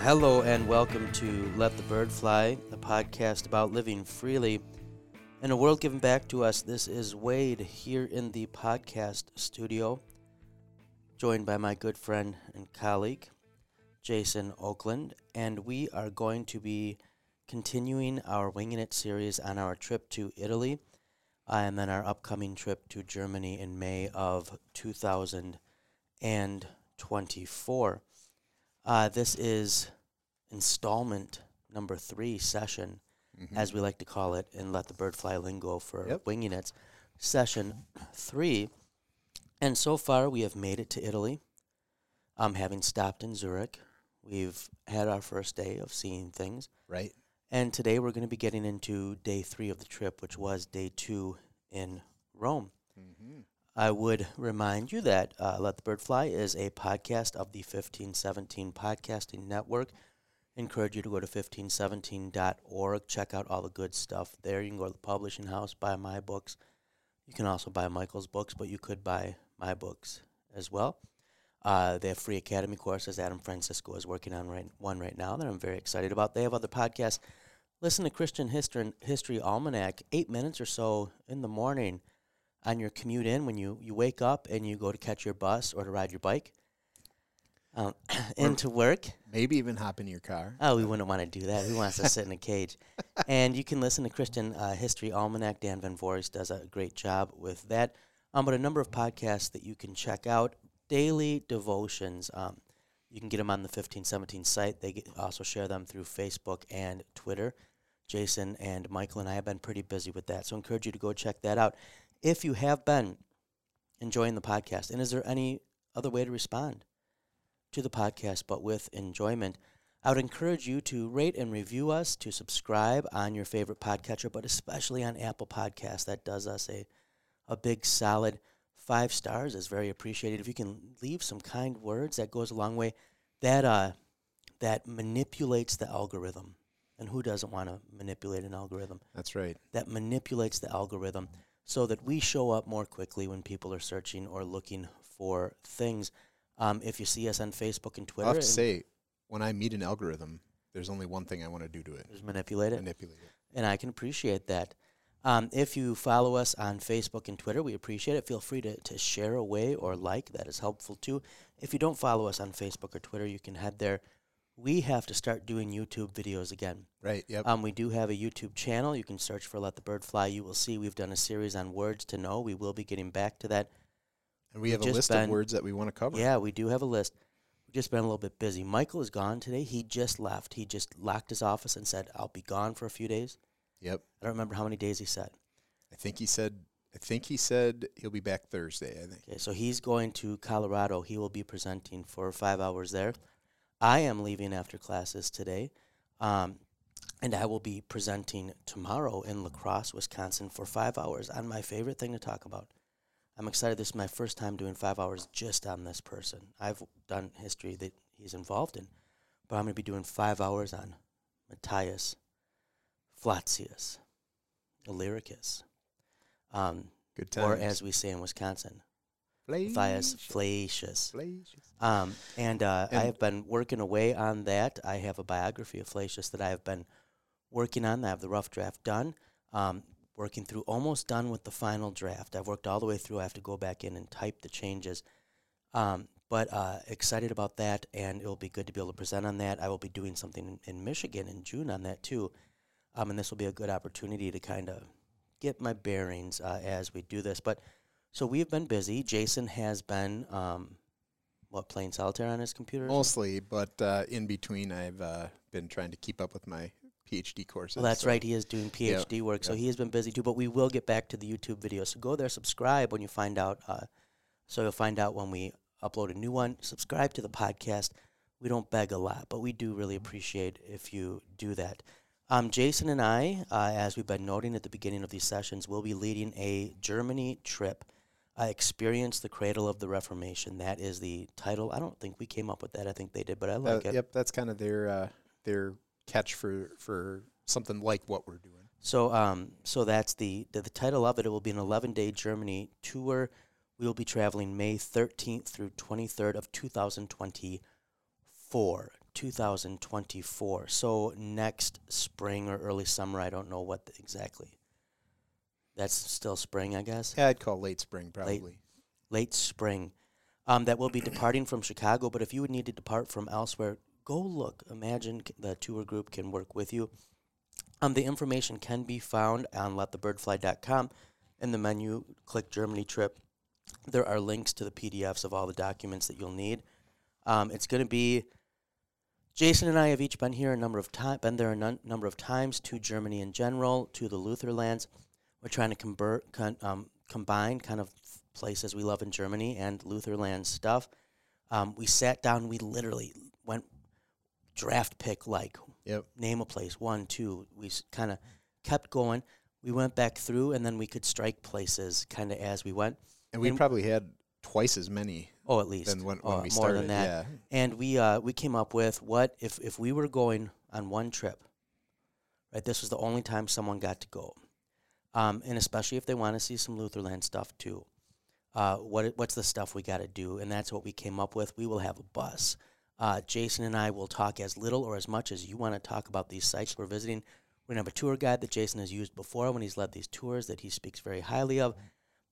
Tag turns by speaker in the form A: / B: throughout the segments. A: Hello and welcome to Let the Bird Fly, a podcast about living freely in a world given back to us. This is Wade here in the podcast studio, joined by my good friend and colleague, Jason Oakland, and we are going to be continuing our Winging It series on our trip to Italy uh, and then our upcoming trip to Germany in May of 2024. Uh, this is installment number three session, as we like to call it, and let the bird fly lingo for
B: Yep.
A: winging it. Session three, and so far we have made it to Italy. Um, having stopped in Zurich, we've had our first day of seeing things.
B: Right.
A: And today we're going to be getting into day three of the trip, which was day two in Rome. I would remind you that uh, Let the Bird Fly is a podcast of the 1517 Podcasting Network. Encourage you to go to 1517.org, check out all the good stuff there. You can go to the publishing house, buy my books. You can also buy Michael's books, but you could buy my books as well. Uh, they have free academy courses. Adam Francisco is working on right, one right now that I'm very excited about. They have other podcasts. Listen to Christian History, History Almanac, eight minutes or so in the morning on your commute in when you, you wake up and you go to catch your bus or to ride your bike um, into work.
B: Maybe even hop in your car.
A: Oh, we wouldn't want to do that. Who wants to sit in a cage? And you can listen to Christian uh, History Almanac. Dan Van Voorhis does a great job with that. Um, but a number of podcasts that you can check out daily devotions. Um, you can get them on the 1517 site. They get, also share them through Facebook and Twitter. Jason and Michael and I have been pretty busy with that. So I encourage you to go check that out. If you have been enjoying the podcast, and is there any other way to respond? to the podcast, but with enjoyment. I would encourage you to rate and review us, to subscribe on your favorite podcatcher, but especially on Apple Podcasts. That does us a, a big solid five stars is very appreciated. If you can leave some kind words, that goes a long way. That uh, that manipulates the algorithm, and who doesn't want to manipulate an algorithm?
B: That's right.
A: that manipulates the algorithm so that we show up more quickly when people are searching or looking for things. Um, if you see us on Facebook and
B: I
A: Twitter,
B: have to
A: and
B: say, when I meet an algorithm, there's only one thing I want to do to it:
A: just manipulate it,
B: manipulate it.
A: and I can appreciate that. Um, if you follow us on Facebook and Twitter, we appreciate it. Feel free to, to share away or like. That is helpful too. If you don't follow us on Facebook or Twitter, you can head there. We have to start doing YouTube videos again.
B: Right. Yep.
A: Um, we do have a YouTube channel. You can search for Let the Bird Fly. You will see we've done a series on words to know. We will be getting back to that.
B: and we have a
A: just
B: list
A: been-
B: of words that we want to cover.
A: Yeah, we do have a list. We've just been a little bit busy. Michael is gone today. He just left. He just locked his office and said, I'll be gone for a few days.
B: Yep.
A: I don't remember how many days he said.
B: I think he said. I think he said he'll be back Thursday. I think.
A: Okay, so he's going to Colorado. He will be presenting for five hours there. I am leaving after classes today, um, and I will be presenting tomorrow in La Crosse, Wisconsin, for five hours on my favorite thing to talk about. I'm excited. This is my first time doing five hours just on this person. I've done history that he's involved in, but I'm going to be doing five hours on Matthias Flacius Illyricus, um,
B: Good time.
A: or as we say in Wisconsin, Matthias Flacius. Um, and uh, I
B: And-
A: have been working away on that. I have a biography of Flacius that I have been working on. I have the rough draft done, um, working through, almost done with the final draft. I've worked all the way through. I have to go back in and type the changes. Um, but uh, excited about that, and it'll be good to be able to present on that. I will be doing something in, in Michigan in June on that too. Um, and this will be a good opportunity to kind of get my bearings uh, as we do this. But so we've been busy. Jason has been, um, what, playing solitaire on his computer? or something?
B: Mostly, but uh, in between, I've uh, been trying to keep up with my PhD courses.
A: Well, that's
B: so-
A: right. He is doing PhD work, so
B: yeah.
A: he has been busy too. But we will get back to the YouTube video. So go there, subscribe when you find out. Uh, so you'll find out when we upload a new one. Subscribe to the podcast. We don't beg a lot, but we do
B: Mm-hmm.
A: really appreciate if you do that. Um, Jason and I, uh, as we've been noting at the beginning of these sessions, will be leading a Germany trip. I experienced the cradle of the Reformation. That is the title. I don't think we came up with that. I think they did, but I
B: Uh,
A: like it.
B: Yep. That's kind of their uh, their catch for for something like what we're doing.
A: So, um, so that's the, the the title of it. It will be an 11 day Germany tour. We will be traveling May 13th through 23rd of 2024 2024. So next spring or early summer, I don't know what the, exactly. That's still spring, I guess.
B: Yeah, I'd call late spring probably.
A: Late spring. Um, that will be departing from Chicago, but if you would need to depart from elsewhere, go look. Imagine c- the tour group can work with you. Um, the information can be found on letthebirdfly.com. In the menu, click Germany trip. There are links to the PDFs of all the documents that you'll need. Um, it's going to be Jason and I have each been here a number of time, been there a nun- number of times to Germany in general, to the Luther lands. We're trying to convert, con- um, combine kind of places we love in Germany and Luther land stuff. Um, we sat down. We literally went draft pick like
B: Yep.
A: name a place one two. We kind of kept going. We went back through, and then we could strike places kind of as we went.
B: And we
A: And-
B: probably had twice as many
A: Oh, at least
B: than when, when
A: Oh, more
B: we started.
A: than that.
B: Yeah.
A: and we uh, we came up with what if if we were going on one trip, right? This was the only time someone got to go, um, and especially if they want to see some Lutherland stuff too. Uh, what it- what's the stuff we got to do? And that's what we came up with. We will have a bus. Uh, Jason and I will talk as little or as much as you want to talk about these sites we're visiting. We're gonna have a tour guide that Jason has used before when he's led these tours that he speaks very highly of.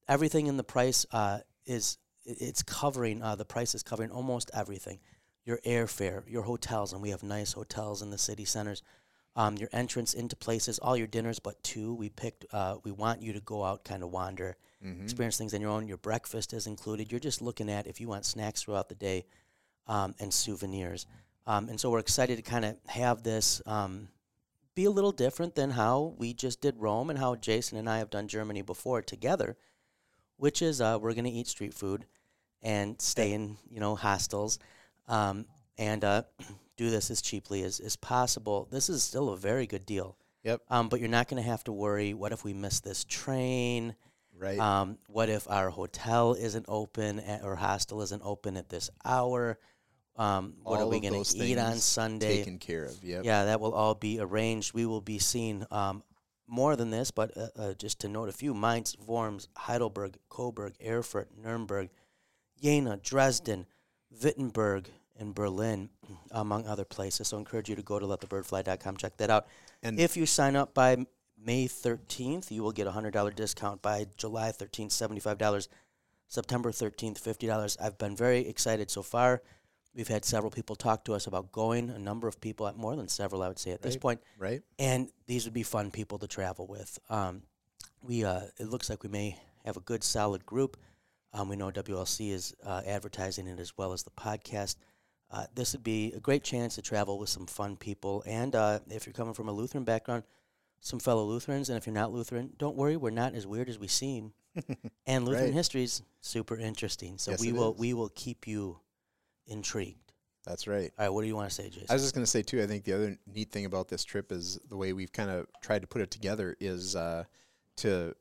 A: Everything in the price uh, is i- it's covering uh, the price is covering almost everything your airfare, your hotels, and we have nice hotels in the city centers. Um, your entrance into places, all your dinners, but two we picked. Uh, we want you to go out, kind of wander, experience things on your own. Your breakfast is included. You're just looking at if you want snacks throughout the day, um, and souvenirs. Um, and so we're excited to kind of have this um, be a little different than how we just did Rome and how Jason and I have done Germany before together, which is uh, we're going to eat street food and stay in you know hostels um, and uh, do this as cheaply as, as possible. This is still a very good deal.
B: Yep.
A: Um, but you're not going to have to worry. What if we miss this train?
B: Right.
A: Um, what if our hotel isn't open at, or hostel isn't open at this hour? Um, what are
B: All
A: we
B: of
A: going
B: those
A: to eat on
B: things
A: Sunday?
B: Taken care of. Yep.
A: Yeah, that will all be arranged. We will be seeing um, more than this, but uh, uh, just to note a few Mainz, Worms, Heidelberg, Coburg, Erfurt, Nuremberg, Jena, Dresden, Wittenberg, and Berlin, among other places. So I encourage you to go to letthebirdfly.com, check that out.
B: And-
A: if you sign up by M- May 13th, you will get a $100 discount. By July 13th, $75. September 13th, $50. I've been very excited so far. We've had several people talk to us about going, a number of people, more than several, I would say, at this point.
B: Right.
A: And these would be fun people to travel with. Um, we uh, It looks like we may have a good, solid group. Um, we know WLC is uh, advertising it as well as the podcast. Uh, this would be a great chance to travel with some fun people. And uh, if you're coming from a Lutheran background, some fellow Lutherans. And if you're not Lutheran, don't worry, we're not as weird as we seem. and Lutheran
B: Right.
A: history is super interesting. So
B: Yes,
A: we
B: it
A: will
B: is.
A: we will keep you intrigued.
B: That's right.
A: All right, what do you want to say, Jason?
B: I was just going to say too. I think the other neat thing about this trip is the way we've kind of tried to put it together is uh, to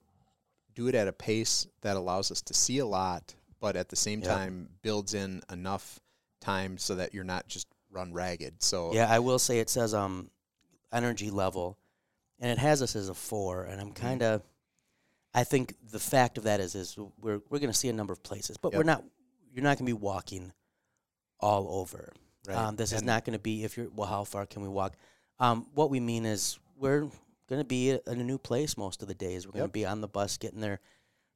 B: do it at a pace that allows us to see a lot, but at the same
A: Yeah.
B: time builds in enough time so that you're not just run ragged. So
A: Yeah, I will say it says um energy level, and it has us as a four, and I'm
B: Mm-hmm.
A: kind of. I think the fact of that is is we're we're going to see a number of places, but we're
B: Yep.
A: not. You're not going to be walking all over.
B: Right.
A: Um, this is
B: And-
A: not going to be if you're well. How far can we walk? Um, what we mean is we're going to be in a new place most of the days. We're going to
B: Yep.
A: be on the bus getting there.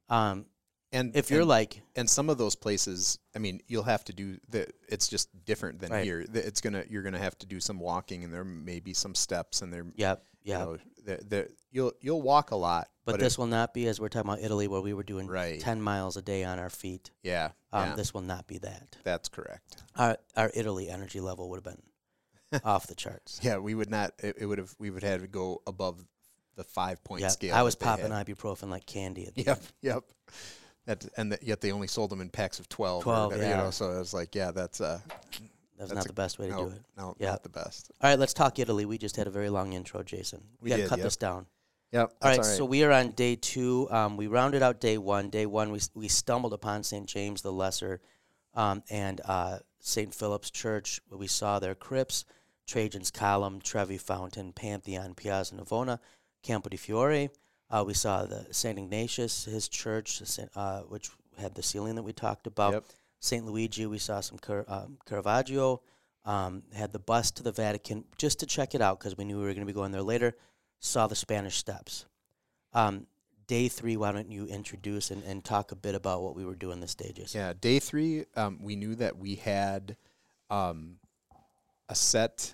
A: Um,
B: and
A: if you're
B: and-
A: like
B: and some of those places i mean you'll have to do the it's just different than
A: Right.
B: here The- it's gonna you're gonna have to do some walking and there may be some steps and there
A: yeah
B: you
A: yeah,
B: know there, there you'll you'll walk a lot
A: but,
B: it-
A: this will not be as we're talking about Italy where we were doing
B: Right.
A: ten miles a day on our feet.
B: yeah,
A: Um,
B: yeah
A: This will not be that.
B: that's correct
A: Our, our Italy energy level would have been off the charts.
B: yeah we would not it, it would have we would have to go above the five point
A: Yeah,
B: scale
A: I was
B: that they
A: popping
B: had.
A: ibuprofen like candy at the
B: yep yep that, and that, yet they only sold them in packs of 12, or
A: 12,
B: whatever,
A: yeah.
B: you know so I was like yeah that's uh
A: That was not
B: a- oh.
A: the best way to
B: no,
A: do it.
B: no
A: Yeah.
B: not the best
A: All right, let's talk Italy. We just had a very long intro, Jason. We,
B: We
A: got to
B: did,
A: cut
B: yep.
A: this down.
B: yep
A: All right,
B: that's all right
A: so we are on day two. Um, we rounded out day one. Day one, we, s- we stumbled upon St. James the Lesser um, and uh, St. Philip's Church. We saw their crypts, Trajan's Column, Trevi Fountain, Pantheon, Piazza Navona, Campo di Fiore. Uh, we saw the St. Ignatius, his church, Saint- uh, which had the ceiling that we talked about.
B: Yep.
A: St. Luigi, we saw some Car- um, Caravaggio. Um, had the bus to the Vatican just to check it out because we knew we were going to be going there later. Saw the Spanish Steps. Um, day three, why don't you introduce and, and talk a bit about what we were doing this day, Jason?
B: Yeah, day three, um, we knew that we had um, a set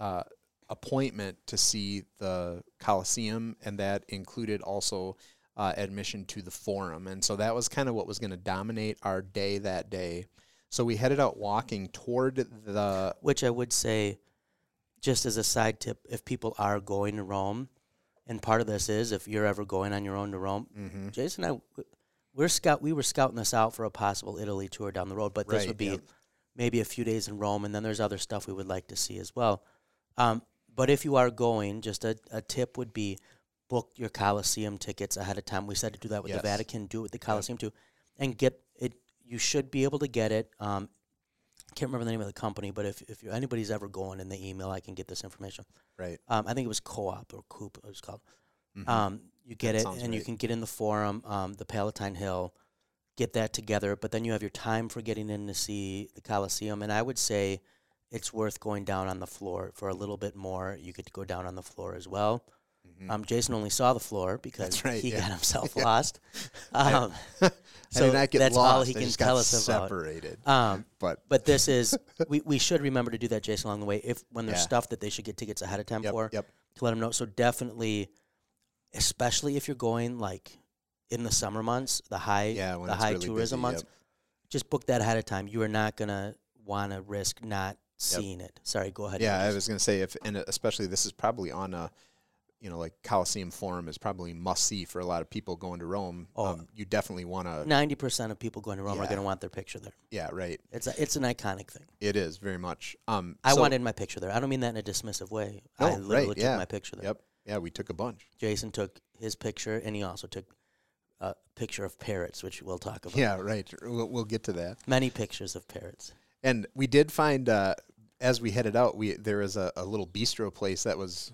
B: uh, appointment to see the Coliseum, and that included also uh, admission to the Forum. And so that was kind of what was going to dominate our day that day. So we headed out walking toward the.
A: Which I would say, just as a side tip, if people are going to Rome, and part of this is if you're ever going on your own to Rome,
B: Mhm.
A: Jason and I, we're scout. We were scouting this out for a possible Italy tour down the road, but this
B: Right,
A: would be
B: yep.
A: maybe a few days in Rome, and then there's other stuff we would like to see as well. Um, but if you are going, just a, a tip would be book your Coliseum tickets ahead of time. We said to do that with
B: Yes.
A: the Vatican, do it with the Coliseum too, and get it. You should be able to get it. Um, can't remember the name of the company, but if if you, anybody's ever going in the email, I can get this information
B: Right.
A: um, I think it was co-op or coop it was called.
B: Mhm.
A: Um, you get
B: That
A: it,
B: sounds
A: and you
B: right.
A: can get in the forum, um, the Palatine Hill, get that together. But then you have your time for getting in to see the Coliseum, and I would say it's worth going down on the floor for a little bit more. You get to go down on the floor as well.
B: Mhm.
A: Um, Jason only saw the floor because
B: That's right,
A: he
B: yeah.
A: got himself lost. Um,
B: I did not get
A: that's
B: lost.
A: all he
B: I
A: can
B: just
A: tell
B: got
A: us about.
B: separated.
A: Um,
B: But
A: but this is we, we should remember to do that, Jason, along the way. If when there's
B: Yeah.
A: stuff that they should get tickets ahead of time
B: yep,
A: for,
B: yep.
A: to let them know. So definitely, especially if you're going like in the summer months, the high
B: Yeah, when
A: the
B: it's
A: high
B: really
A: tourism
B: busy,
A: months,
B: yep.
A: just book that ahead of time. You are not gonna want to risk not seeing it. Sorry, go ahead.
B: Yeah, I
A: Marcus.
B: was going to say if and especially this is probably on a you know like Coliseum Forum is probably must see for a lot of people going to Rome.
A: Oh.
B: Um, you definitely want to.
A: ninety percent of people going to Rome are
B: Yeah.
A: gonna want their picture there.
B: Yeah, right.
A: It's a, it's an iconic thing.
B: It is very much. Um,
A: I
B: so-
A: wanted my picture there. I don't mean that in a dismissive way.
B: No,
A: I
B: right,
A: literally took
B: yeah.
A: my picture there.
B: Yep. Yeah, we took a bunch.
A: Jason took his picture, and he also took a picture of parrots, which we'll talk about.
B: Yeah, right. We'll, we'll get to that.
A: Many pictures of parrots.
B: And we did find uh, as we headed out, we there was a, a little bistro place that was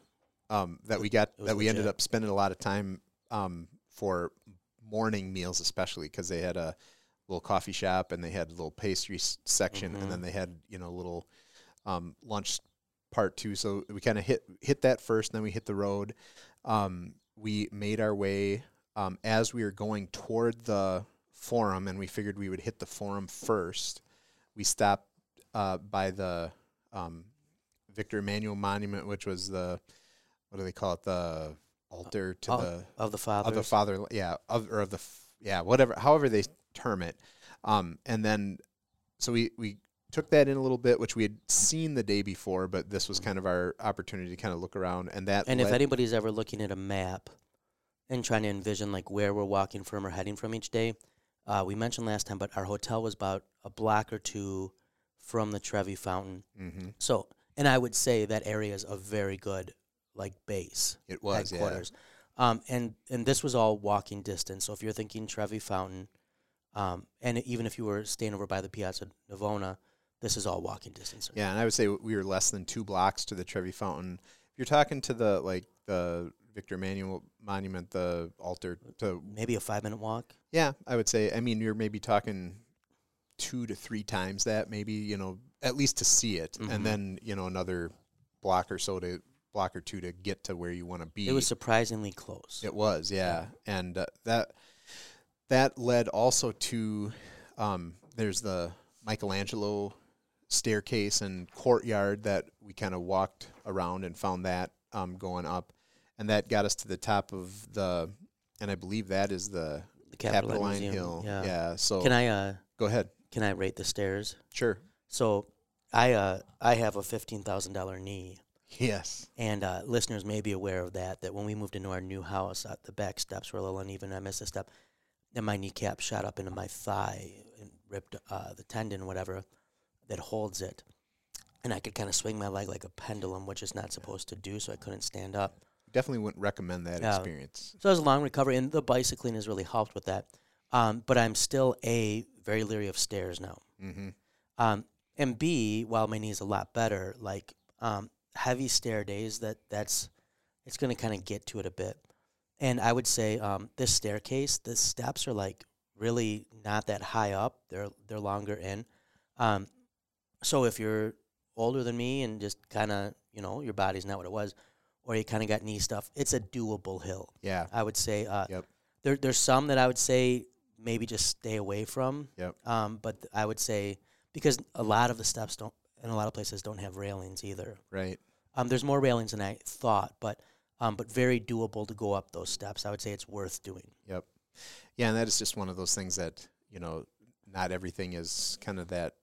B: um, that we got
A: was
B: that we ended
A: legit.
B: up spending a lot of time um, for morning meals, especially because they had a little coffee shop and they had a little pastry s- section,
A: Mhm.
B: and then they had you know a little um, lunch part two. So we kind of hit hit that first, and then we hit the road. Um, we made our way um, as we were going toward the forum, and we figured we would hit the forum first. We stopped uh, by the um, Victor Emmanuel Monument, which was the what do they call it? The altar to
A: Al-
B: the
A: of the fathers.
B: of the father, yeah, of or of the f- yeah, whatever, however they term it. Um, and then so we we took that in a little bit, which we had seen the day before, but this was kind of our opportunity to kind of look around, and that
A: And if
B: led-
A: anybody's ever looking at a map and trying to envision like where we're walking from or heading from each day, uh, we mentioned last time, but our hotel was about a block or two from the Trevi Fountain.
B: Mhm.
A: So, and I would say that area is a very good like base
B: it was yeah.
A: headquarters. Um, and and this was all walking distance. So if you're thinking Trevi Fountain, um, and even if you were staying over by the Piazza Navona, this is all walking distance.
B: Yeah, and I would say we were less than two blocks to the Trevi Fountain. If you're talking to the like the Victor Emmanuel Monument, the altar to
A: Maybe a five minute walk.
B: yeah, I would say. I mean, you're maybe talking two to three times that, maybe you know, at least to see it,
A: Mhm.
B: and then you know another block or so to block or two to get to where you want to be.
A: It was surprisingly close.
B: It was, yeah, and uh, that that led also to um, there's the Michelangelo staircase and courtyard that we kind of walked around and found that um, going up, and that got us to the top of the, and I believe that is the
A: The Capitoline
B: Capitoline
A: Museum,
B: Hill.
A: yeah.
B: so
A: Can I uh
B: go ahead.
A: can I rate the stairs?
B: Sure.
A: So I uh I have a fifteen thousand dollar knee,
B: Yes.
A: and uh, listeners may be aware of that. That when we moved into our new house, uh, the back steps were a little uneven. I missed a step, and my kneecap shot up into my thigh and ripped uh, the tendon, whatever that holds it, and I could kind of swing my leg like a pendulum, which is not supposed to do. So I couldn't stand up.
B: Definitely wouldn't recommend that
A: Yeah.
B: experience.
A: So it was a long recovery, and the bicycling has really helped with that. Um, but I'm still a very leery of stairs now.
B: Mm-hmm.
A: Um, and B, while my knee's a lot better, like um, heavy stair days, that that's it's going to kind of get to it a bit. And I would say um, this staircase, the steps are like really not that high up; they're they're longer in. Um, so if you're older than me and just kind of, you know, your body's not what it was, or you kind of got knee stuff, it's a doable hill.
B: Yeah.
A: I would say. Uh,
B: Yep.
A: There, there's some that I would say maybe just stay away from.
B: Yep.
A: Um, but th- I would say because a lot of the steps don't, and a lot of places don't have railings either.
B: Right.
A: Um, there's more railings than I thought, but um, but very doable to go up those steps. I would say it's worth doing.
B: Yep. Yeah, and that is just one of those things that you know, not everything is kind of that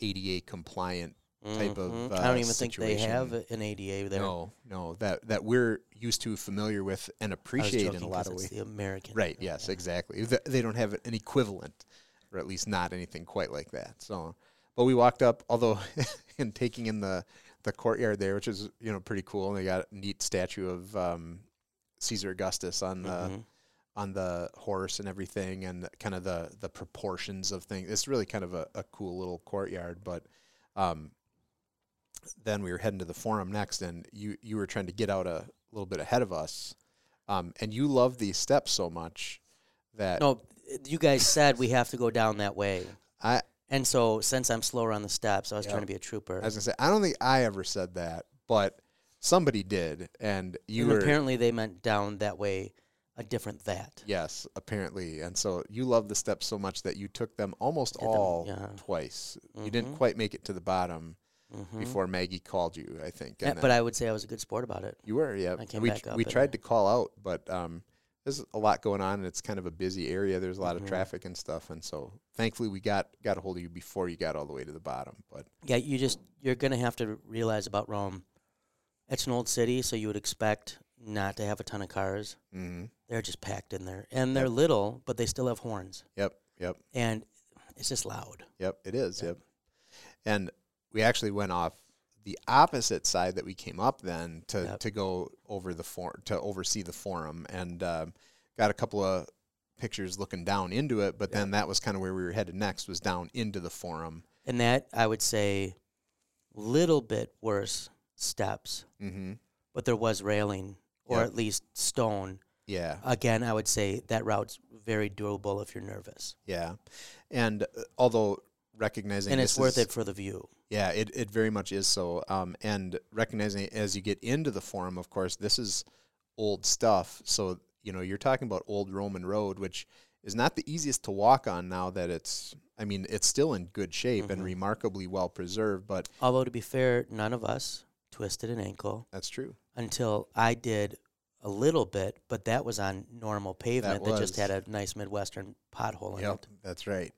B: ADA compliant. Type of,
A: Mhm.
B: uh,
A: I don't even think they
B: situation.
A: have a- an ADA there.
B: No, no, that that we're used to, familiar with, and
A: I was
B: appreciate in a
A: joking
B: lot
A: 'cause
B: of
A: it's
B: ways.
A: The American,
B: Right. Yes. Exactly. Th- They don't have an equivalent, or at least not anything quite like that. So, but we walked up, although, and taking in the the courtyard there, which is you know pretty cool, and they got a neat statue of um, Caesar Augustus on the
A: Mhm.
B: on the horse and everything, and kind of the the proportions of things. It's really kind of a, a cool little courtyard, but. Um, then we were heading to the forum next, and you you were trying to get out a little bit ahead of us, um, and you love these steps so much that
A: No, you guys said we have to go down that way,
B: I
A: and so since I'm slower on the steps, I was
B: Yeah.
A: trying to be a trooper.
B: I was gonna say I don't think I ever said that, but somebody did, and you
A: and
B: were
A: apparently they meant down that way, a different that.
B: yes apparently, and so you love the steps so much that you took them almost
A: them,
B: all
A: yeah. Mm-hmm.
B: twice. You didn't quite make it to the bottom before Maggie called you, I think.
A: Yeah,
B: and then-
A: but I would say I was a good sport about it.
B: You were, yeah.
A: I came
B: we
A: back up
B: we
A: and-
B: tried to call out, but um, there's a lot going on, and it's kind of a busy area. There's a lot
A: Mm-hmm.
B: of traffic and stuff, and so thankfully we got got a hold of you before you got all the way to the bottom. But
A: Yeah, you just you're gonna have to realize about Rome. It's an old city, so you would expect not to have a ton of cars.
B: mm-hmm.
A: They're just packed in there, and they're little, but they still have horns,
B: yep, yep,
A: and it's just loud.
B: yep, it is, yep. And we actually went off the opposite side that we came up then to
A: Yep.
B: to go over the for to oversee the forum, and um, got a couple of pictures looking down into it. But then that was kind of where we were headed next was down into the forum.
A: And that I would say, little bit worse steps,
B: Mm-hmm.
A: but there was railing or
B: Yep.
A: at least stone.
B: Yeah.
A: Again, I would say that route's very durable if you're nervous,
B: Yeah, and uh, although recognizing
A: and it's
B: this
A: worth
B: is-
A: it for the view.
B: yeah, it, it very much is so. Um, and recognizing as you get into the forum, of course, this is old stuff. So you know you're talking about old Roman road, which is not the easiest to walk on now that it's. I mean, it's still in good shape
A: Mm-hmm.
B: and remarkably well preserved, but
A: Although to be fair, none of us twisted an ankle
B: that's true.
A: until I did a little bit, but that was on normal pavement that, just
B: was.
A: had a nice midwestern pothole in it.
B: that's right.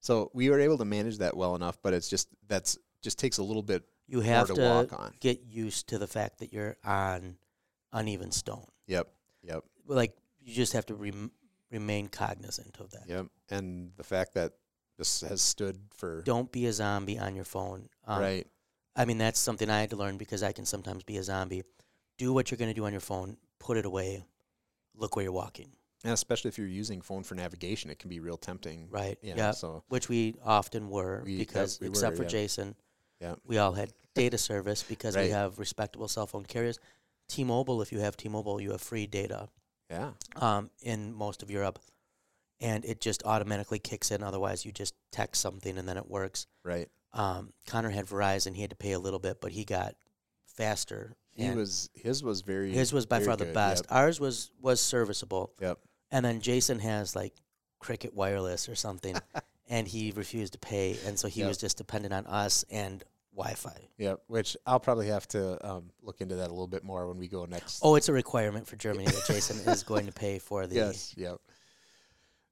B: So we were able to manage that well enough, but it's just that's just takes a little bit.
A: You have
B: to
A: to,
B: walk on.
A: get used to the fact that you're on uneven stone.
B: Yep, yep.
A: Like you just have to rem- remain cognizant of that.
B: Yep. And the fact that this has stood for
A: Don't be a zombie on your phone. Um,
B: right.
A: I mean, that's something I had to learn because I can sometimes be a zombie. Do what you're going to do on your phone. Put it away. Look where you're walking.
B: And especially if you're using phone for navigation, it can be real tempting.
A: Right.
B: You know,
A: yeah.
B: So
A: which we often were
B: We- yep,
A: because
B: we
A: except
B: were,
A: for
B: yeah.
A: Jason,
B: Yep.
A: we all had data service because
B: Right.
A: we have respectable cell phone carriers. T-Mobile, if you have T-Mobile, you have free data
B: yeah.
A: um, in most of Europe, and it just automatically kicks in. Otherwise, you just text something and then it works.
B: Right.
A: Um, Connor had Verizon; he had to pay a little bit, but he got faster.
B: He
A: and
B: was his was very
A: his was by
B: very
A: far the
B: good,
A: best.
B: Yep.
A: Ours was was serviceable.
B: Yep.
A: And then Jason has like Cricket Wireless or something, and he refused to pay, and so he
B: Yep.
A: was just dependent on us and Wi-Fi.
B: Yep. Which I'll probably have to um, look into that a little bit more when we go next.
A: Oh, it's a requirement for Germany that Jason is going to pay for the.
B: Yes. Yep.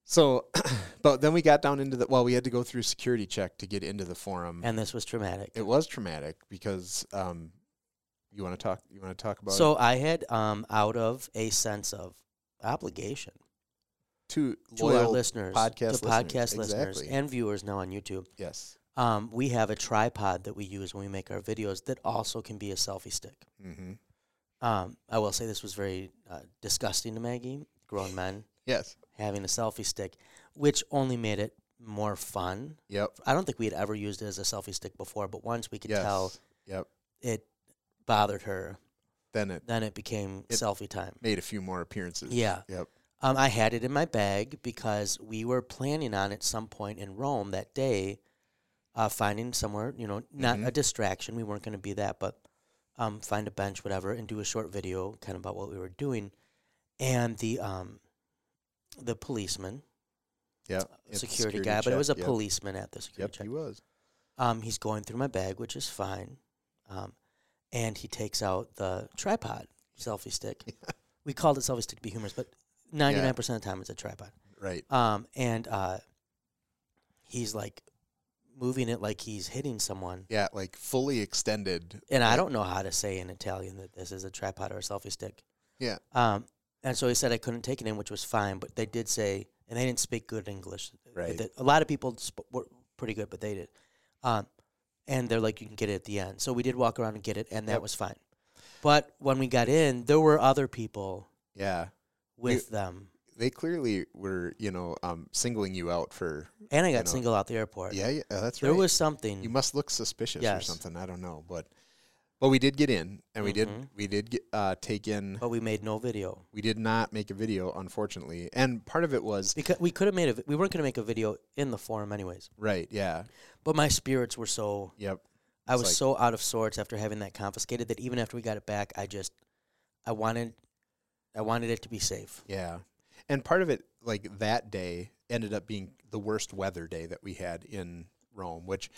B: So, but then we got down into the well. We had to go through security check to get into the forum.
A: And this was traumatic.
B: it was traumatic because um, you want to talk. You want to talk about
A: So I had um, out of a sense of obligation
B: to
A: to our listeners,
B: podcast
A: to podcast
B: listeners,
A: listeners
B: exactly.
A: and viewers now on YouTube.
B: Yes.
A: Um, we have a tripod that we use when we make our videos that also can be a selfie stick.
B: Mm-hmm.
A: Um, I will say this was very uh, disgusting to Maggie. Grown men
B: Yes.
A: having a selfie stick, which only made it more fun.
B: Yep.
A: I don't think we had ever used it as a selfie stick before, but once we could
B: Yes.
A: tell
B: Yep.
A: it bothered her,
B: Then it
A: then it became
B: It-
A: selfie time.
B: made a few more appearances.
A: Yeah.
B: Yep.
A: Um, I had it in my bag because we were planning on at some point in Rome that day uh, finding somewhere, you know, not a
B: Mhm.
A: distraction. We weren't going to be that, but um, find a bench, whatever, and do a short video kind of about what we were doing. And the um, the policeman,
B: Yeah.
A: security, guy, but it was a
B: police.
A: policeman at the security
B: Yep,
A: check.
B: he was.
A: Um, he's going through my bag, which is fine. Um, and he takes out the tripod selfie stick. We called it selfie stick to be humorous, but 99% of the time it's a tripod.
B: Right.
A: Um, and uh, he's like moving it like he's hitting someone.
B: Yeah, like fully extended.
A: And I
B: Like,
A: don't know how to say in Italian that this is a tripod or a selfie stick.
B: Yeah.
A: Um, and so he said I couldn't take it in, which was fine, but they did say, and they didn't speak good English.
B: Right.
A: That- a lot of people sp- were pretty good, but they did. Um, and they're like, you can get it at the end. So we did walk around and get it, and that
B: Yep.
A: was fine. But when we got in, there were other people
B: Yeah.
A: with them.
B: They clearly were, you know, um, singling you out for.
A: And I got
B: know,
A: singled out the airport.
B: Yeah, yeah, that's
A: there
B: right.
A: was something.
B: you must look suspicious or
A: Yes.
B: something. I don't know, but but we did get in, and we did
A: Mhm.
B: we did get, uh, take in.
A: but we made no video
B: We did not make a video, unfortunately, and part of it was
A: because we could have made a vi- we weren't going to make a video in the forum anyways
B: right. Yeah.
A: but my spirits were so
B: Yep.
A: i
B: It's
A: was
B: like-
A: so out of sorts after having that confiscated that even after we got it back i just i wanted i wanted it to be safe
B: Yeah. And part of it, like that day, ended up being the worst weather day that we had in Rome, which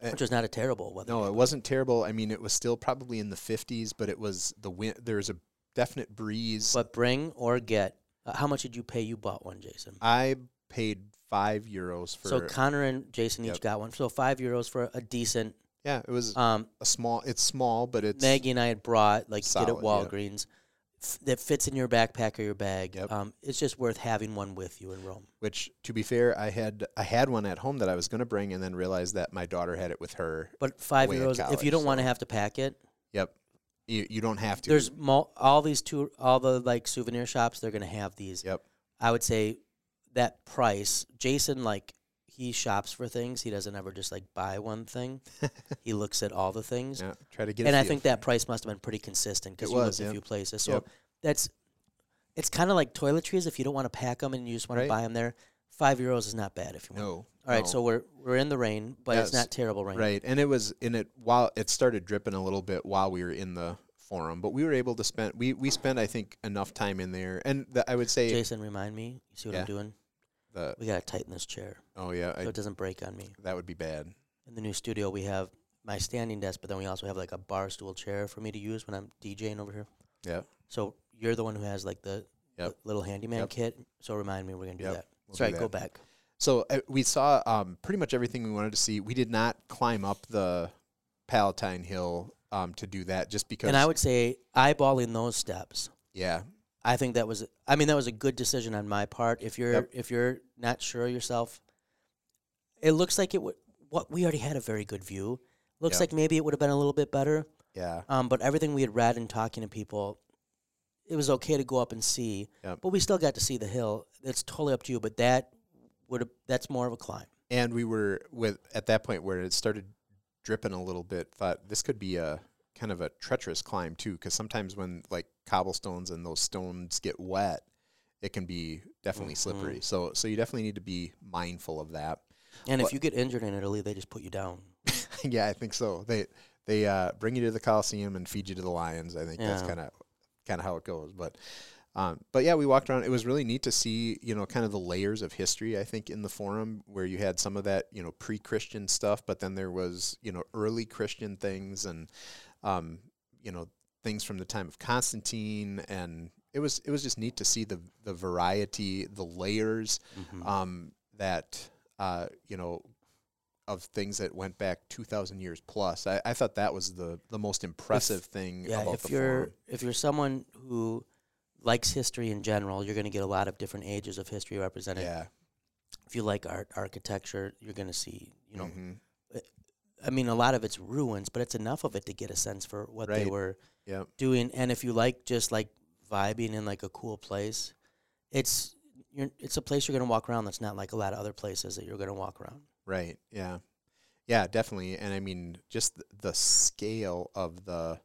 A: which was not a terrible weather
B: No, it wasn't terrible. I mean, it was still probably in the 50s, but it was the wind. There was a definite breeze.
A: but bring or get uh, how much did you pay you bought one jason
B: I paid five euros for.
A: so connor and jason each
B: Yep.
A: got one so five euros for a decent
B: yeah, it was
A: um,
B: a small. It's small, but it's
A: Maggie and I had brought, like you get at
B: Solid,
A: Walgreens, f- that fits in your backpack or your bag.
B: Yep.
A: Um, it's just worth having one with you in Rome.
B: which, to be fair, I had I had one at home that I was going to bring, and then realized that my daughter had it with her.
A: But five
B: Way in
A: euros, if you
B: college,
A: don't want to
B: so-
A: have to pack it,
B: Yep, you, you don't have to.
A: there's mul- all these two, all the like souvenir shops. They're gonna have these.
B: Yep.
A: I would say that price. Jason like he shops for things. He doesn't ever just like buy one thing. he looks at all the things,
B: yeah, try to get. a
A: and I
B: feel
A: think
B: for
A: that
B: it.
A: price must have been pretty consistent because
B: It
A: you looked
B: was,
A: at a
B: yeah.
A: few places. So
B: Yep.
A: that's it's kind of like toiletries. If you don't want to pack them and you just want to
B: Right.
A: buy them there, five euros is not bad. If you want.
B: No.
A: All right,
B: no.
A: so we're we're in the rain, but it's
B: Yes.
A: not terrible rain.
B: Right, and it was in it while it started dripping a little bit while we were in the forum, but we were able to spend we we spent I think enough time in there, and the, I would say
A: Jason, remind me. You see what I'm
B: Yeah.
A: doing?
B: the
A: We gotta tighten this chair
B: oh yeah
A: so
B: I,
A: it doesn't break on me.
B: that would be bad.
A: in the new studio we have my standing desk, but then we also have like a bar stool chair for me to use when I'm DJing over here.
B: Yeah,
A: So you're the one who has like the
B: Yep.
A: li- little handyman
B: Yep.
A: kit. So remind me we're gonna do
B: Yep,
A: that.
B: we'll do
A: Sorry, go
B: that.
A: back.
B: so uh, we saw um, pretty much everything we wanted to see. We did not climb up the Palatine Hill um, to do that just because.
A: And I would say eyeballing those steps.
B: yeah,
A: I think that was I mean that was a good decision on my part. If you're
B: Yep.
A: if you're not sure of yourself, it looks like it would what we already had a very good view. Looks
B: Yep.
A: like maybe it would have been a little bit better.
B: yeah,
A: Um, but everything we had read and talking to people, it was okay to go up and see.
B: Yep.
A: But we still got to see the hill. It's totally up to you. But that would that's more of a climb.
B: and we were with at that point where it started dripping a little bit. Thought this could be a kind of a treacherous climb too, because sometimes when like cobblestones and those stones get wet, it can be definitely
A: Mhm.
B: slippery. So so you definitely need to be mindful of that.
A: And if
B: What-
A: you get injured in Italy, they just put you down.
B: yeah, I think so. They they uh, bring you to the Coliseum and feed you to the lions. I think that's
A: Yeah.
B: kind of kind of how it goes. But um, but yeah, we walked around. It was really neat to see you know kind of the layers of history. I think in the forum where you had some of that you know pre Christian stuff, but then there was you know early Christian things and um, you know things from the time of Constantine and. It was it was just neat to see the the variety, the layers,
A: Mm-hmm.
B: um, that uh, you know of things that went back two thousand years plus. I, I thought that was the the most impressive thing
A: yeah,
B: about
A: if
B: the
A: you're
B: forum.
A: if you're someone who likes history in general, you're going to get a lot of different ages of history represented.
B: Yeah,
A: If you like art, architecture, you're going to see. You know,
B: Mhm.
A: I mean, a lot of it's ruins, but it's enough of it to get a sense for what they
B: Right.
A: were
B: Yep.
A: doing. And if you like just like vibing in like a cool place, it's you're, it's a place you're gonna walk around that's not like a lot of other places that you're gonna walk around.
B: right, yeah, yeah, definitely. And I mean, just th- the scale of the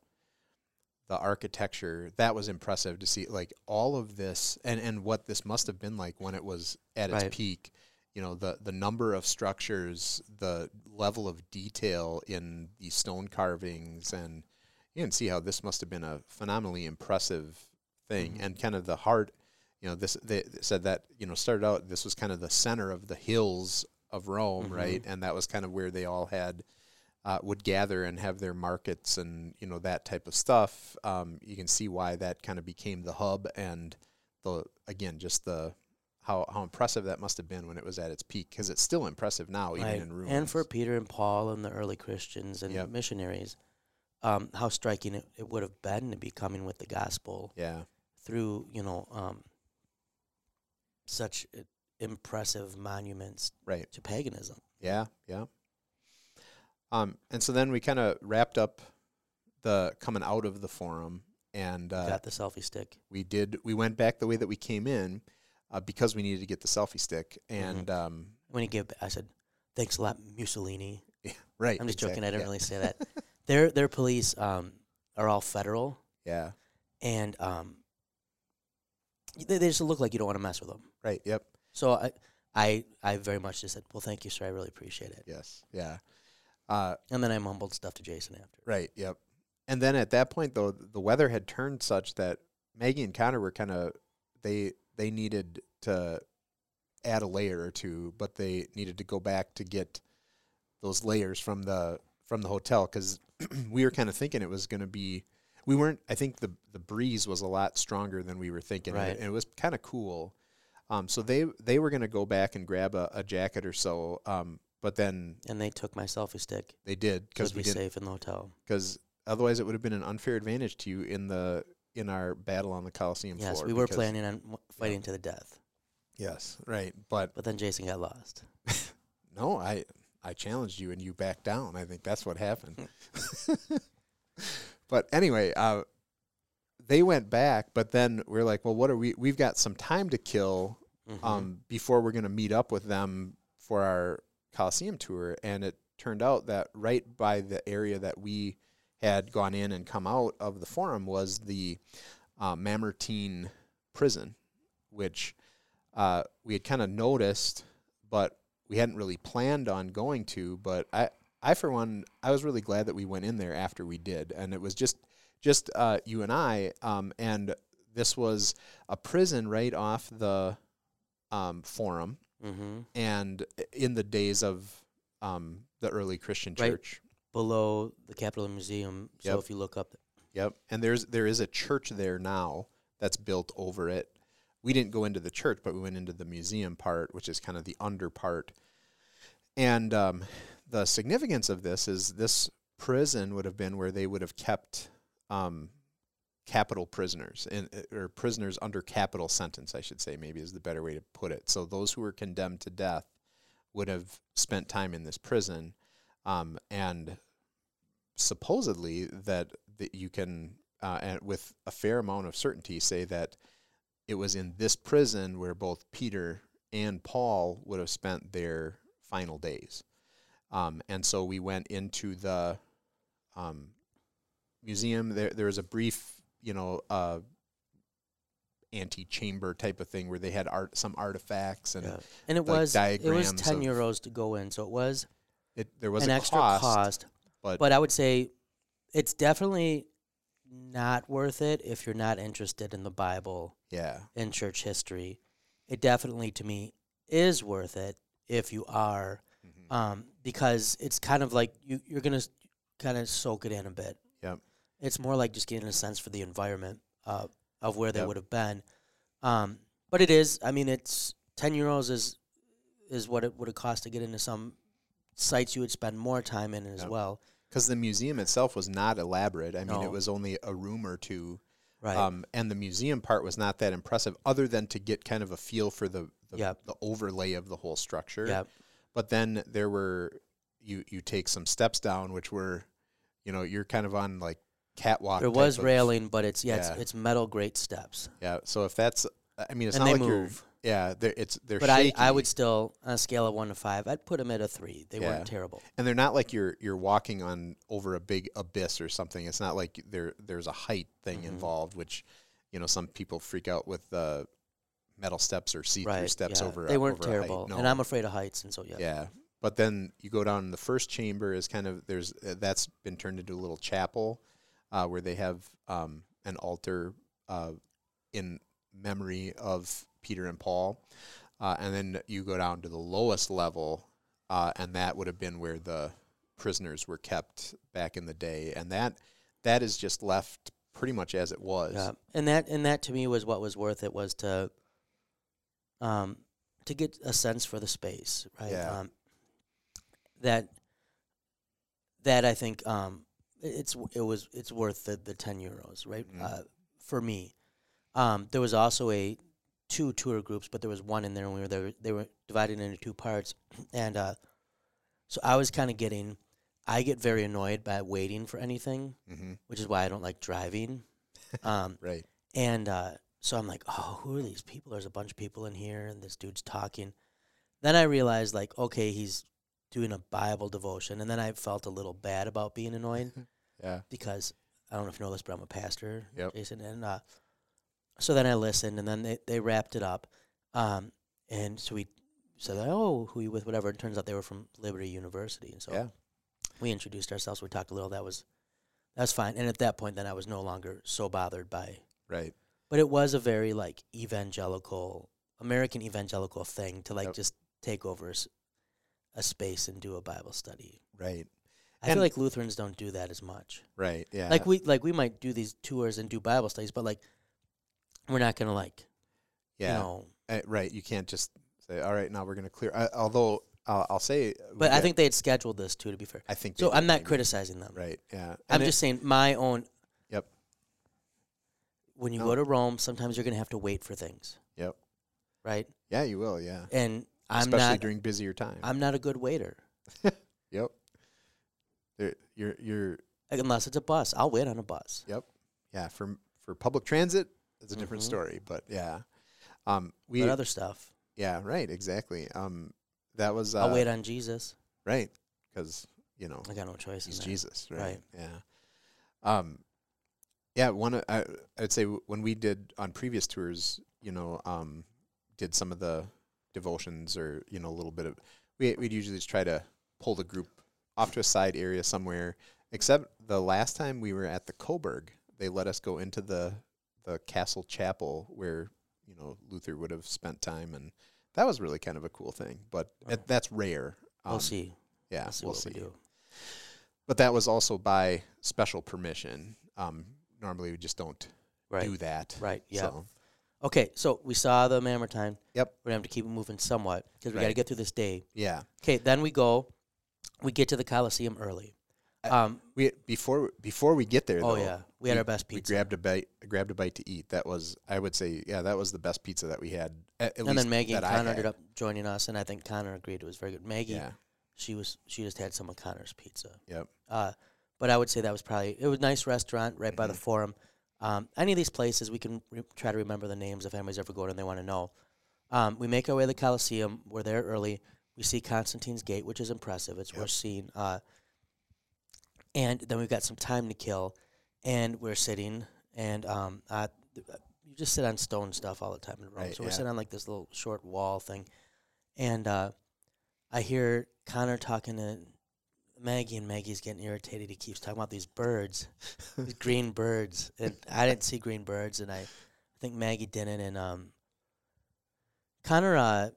B: the architecture that was impressive to see like all of this and and what this must have been like when it was at its
A: Right.
B: peak you know the the number of structures, the level of detail in the stone carvings, and you can see how this must have been a phenomenally impressive thing,
A: Mhm.
B: and kind of the heart. You know, this they said that you know started out this was kind of the center of the hills of Rome,
A: Mhm.
B: right, and that was kind of where they all had uh, would gather and have their markets and you know that type of stuff. Um, you can see why that kind of became the hub and the again just the how how impressive that must have been when it was at its peak because it's still impressive now Oh, even
A: Right.
B: in ruins.
A: and for Peter and Paul and the early Christians and
B: Yep.
A: missionaries, um, how striking it, it would have been to be coming with the gospel
B: yeah,
A: through you know um, such uh, impressive monuments
B: right,
A: to paganism.
B: yeah, yeah. Um, and so then we kind of wrapped up the coming out of the forum and
A: You
B: uh,
A: Got the selfie stick.
B: we did we went back the way that we came in uh, because we needed to get the selfie stick and
A: Mm-hmm.
B: um,
A: When he gave, I said, "Thanks a lot, Mussolini."
B: right.
A: I'm just joking.
B: exact-
A: I didn't
B: yeah,
A: really say that. their their police um, are all federal,
B: Yeah.
A: and um, they, they just look like you don't want to mess with them.
B: Right. Yep.
A: So I, I, I very much just said, "Well, thank you, sir. I really appreciate it."
B: Yes. Yeah. Uh,
A: And then I mumbled stuff to Jason after.
B: right. Yep. And then at that point, though, the weather had turned such that Maggie and Connor were kind of they they needed to add a layer or two, but they needed to go back to get those layers from the from the hotel because we were kind of thinking it was going to be we weren't i think the the breeze was a lot stronger than we were thinking and it-
A: Right.
B: and it was kind of cool um, so they they were going to go back and grab a, a jacket or so um, but then
A: And they took my selfie stick
B: they did
A: because
B: because
A: be
B: we didn't
A: safe in the hotel.
B: because otherwise it would have been an unfair advantage to you in the in our battle on the Coliseum
A: Yes,
B: floor.
A: we were
B: because-
A: planning on w- fighting to the death,
B: Yes, right. But
A: but then Jason got lost.
B: no, I I challenged you and you backed down. I think that's what happened.
A: Hmm.
B: but anyway, uh, they went back, but then we're like, well, what are we? We've got some time to kill
A: Mhm.
B: um, before we're going to meet up with them for our Coliseum tour. And it turned out that right by the area that we had gone in and come out of the forum was the uh, Mamertine prison, which uh, we had kind of noticed, but we hadn't really planned on going to. But I, I for one, I was really glad that we went in there after we did, and it was just just uh, you and I. Um, and this was a prison right off the um, forum,
A: Mhm.
B: and in the days of um, the early Christian
A: Right.
B: church.
A: below the Capitol Museum. So
B: Yep.
A: if you look up,
B: Yep. And there's there is a church there now that's built over it. We didn't go into the church, but we went into the museum part, which is kind of the under part. And um, the significance of this is this prison would have been where they would have kept um, capital prisoners and or prisoners under capital sentence, I should say, maybe is the better way to put it. So those who were condemned to death would have spent time in this prison, um, and supposedly that that you can uh, and with a fair amount of certainty say that it was in this prison where both Peter and Paul would have spent their final days. Um, and so we went into the um, museum. There, there was a brief, you know, uh, antechamber type of thing where they had art, some artifacts, and
A: yeah. and it
B: like
A: was it was
B: diagrams
A: ten
B: of-
A: euros to go in, so it was
B: it, there was
A: an
B: a
A: extra
B: cost,
A: cost.
B: but-
A: I would say it's definitely not worth it if you're not interested in the Bible
B: Yeah,
A: and church history. It definitely, to me, is worth it if you are,
B: Mhm.
A: um, because it's kind of like you, you're gonna kind of soak it in a bit.
B: Yep.
A: It's more like just getting a sense for the environment uh, of where they
B: Yep.
A: would have been. Um, but it is. I mean, it's ten euros is is what it would have cost to get into some sites you would spend more time in as
B: Yep.
A: well.
B: because the museum itself was not elaborate. I mean,
A: No.
B: it was only a room or two,
A: Right.
B: um, and the museum part was not that impressive, other than to get kind of a feel for the the,
A: Yep.
B: the overlay of the whole structure.
A: yeah.
B: But then there were you you take some steps down, which were, you know, you're kind of on like catwalk.
A: There
B: type
A: was
B: of-
A: railing, but it's yeah, It's,
B: Yeah.
A: it's metal grate steps,
B: Yeah. So if that's, I mean, it's
A: and
B: not
A: they
B: like you're.
A: move.
B: Yeah, they're, it's they're
A: But I,
B: shaky,
A: I would still on a scale of one to five, I'd put them at a three. They
B: Yeah.
A: weren't terrible.
B: and they're not like you're you're walking on over a big abyss or something. It's not like there there's a height thing
A: Mhm.
B: involved, which you know some people freak out with the uh, metal steps or see-through
A: right.
B: steps
A: yeah.
B: over.
A: they
B: a-
A: weren't
B: over a height.
A: terrible,
B: No.
A: and I'm afraid of heights, and so yeah.
B: Yeah. But then you go down in the first chamber is kind of there's uh, that's been turned into a little chapel uh, where they have um, an altar uh, in memory of Peter and Paul. Uh, and then you go down to the lowest level, uh, and that would have been where the prisoners were kept back in the day. And that that is just left pretty much as it was.
A: Yeah, and that and that to me was what was worth it was to, um, to get a sense for the space, right?
B: Yeah.
A: Um, that that I think um, i- it's it was it's worth the, the ten euros, right?
B: Mhm.
A: Uh, for me, um, there was also a two tour groups, but there was one in there, and we were there. They were divided into two parts, and uh, so I was kind of getting. I get very annoyed by waiting for anything,
B: hmm
A: which is why I don't like driving. Um,
B: Right.
A: and uh, so I'm like, oh, who are these people? There's a bunch of people in here, and this dude's talking. Then I realized, like, okay, he's doing a Bible devotion. And then I felt a little bad about being annoyed
B: Yeah.
A: because I don't know if you know this, but I'm a pastor,
B: Yep.
A: Jason. And uh, so then I listened, and then they, they wrapped it up. Um, and so we said, oh, who you with, whatever. It turns out they were from Liberty University. And so
B: Yeah.
A: we introduced ourselves. We talked a little. That was, that was fine. And at that point, then I was no longer so bothered by
B: Right.
A: but it was a very like evangelical American evangelical thing to like
B: Yep.
A: just take over s- a space and do a Bible study.
B: Right.
A: I feel
B: And-
A: like Lutherans don't do that as much.
B: Right. Yeah.
A: Like we like we might do these tours and do Bible studies, but like we're not gonna like
B: yeah.
A: you know.
B: Uh, right. You can't just say, "All right, now we're going to clear." I, although uh, I'll say, uh,
A: But I
B: yeah,
A: think they had scheduled this too. To be fair,
B: I think.
A: so
B: they
A: I'm
B: did,
A: not
B: maybe.
A: criticizing them.
B: Right. Yeah.
A: I'm
B: And it-
A: just saying my own.
B: Yep.
A: When you
B: No.
A: go to Rome, sometimes you're gonna have to wait for things.
B: Yep.
A: Right,
B: yeah, you will. Yeah.
A: and I'm
B: Especially
A: not.
B: during busier time.
A: I'm not a good waiter
B: yep. There, you're. You're.
A: unless it's a bus. I'll wait on a bus.
B: Yeah. For for public transit, it's a different
A: Mhm.
B: story. But yeah. Um. We.
A: but other stuff.
B: yeah. Right. Exactly. Um. That was. Uh,
A: I'll wait on Jesus.
B: Right. Because you know.
A: I got no choice. in
B: He's
A: that.
B: Jesus, right?
A: Right.
B: Yeah. Um, yeah. One, of- I, I'd say w- when we did on previous tours, you know, um, did some of the devotions or you know a little bit of, we we'd usually just try to pull the group off to a side area somewhere. Except the last time we were at the Coburg, they let us go into the the castle chapel where you know Luther would have spent time, and that was really kind of a cool thing. But that, that's rare. Um,
A: We'll see.
B: Yeah,
A: We'll see
B: we'll
A: what
B: see.
A: we do.
B: But that was also by special permission. Um, normally, we just don't
A: Right.
B: do that.
A: Right. Yeah.
B: So,
A: Okay. So we saw the Mamertine.
B: Yep.
A: We're gonna have to keep it moving somewhat because we got to
B: Right.
A: get through this day.
B: yeah.
A: Okay. Then we go. We get to the Coliseum early.
B: I-
A: Um.
B: We before before we get there.
A: Oh
B: though,
A: yeah. We had our best
B: We
A: pizza.
B: grabbed a bite. Grabbed a bite to eat. That was, I would say, yeah, that was the best pizza that we had. At, at
A: and
B: least
A: then Maggie
B: that
A: and
B: I
A: Connor
B: had.
A: ended up joining us, and I think Connor agreed it was very good. Maggie,
B: Yeah.
A: she was she just had some of Connor's pizza.
B: Yep.
A: Uh, but I would say that was probably it was a nice restaurant right by the
B: Mhm.
A: forum. Um, any of these places we can re- try to remember the names if anybody's ever going and they want to know. Um, we make our way to the Coliseum. We're there early. We see Constantine's Gate, which is impressive. It's
B: Yep.
A: worth seeing. Uh, and then we've got some time to kill, and we're sitting and um, uh, th- uh, you just sit on stone stuff all the time in Rome.
B: Right,
A: so we're
B: yeah.
A: sitting on like this little short wall thing, and uh, I hear Connor talking to Maggie, and Maggie's getting irritated. He keeps talking about these birds, these green birds, and I didn't see green birds, and I think Maggie didn't. And um, Connor uh,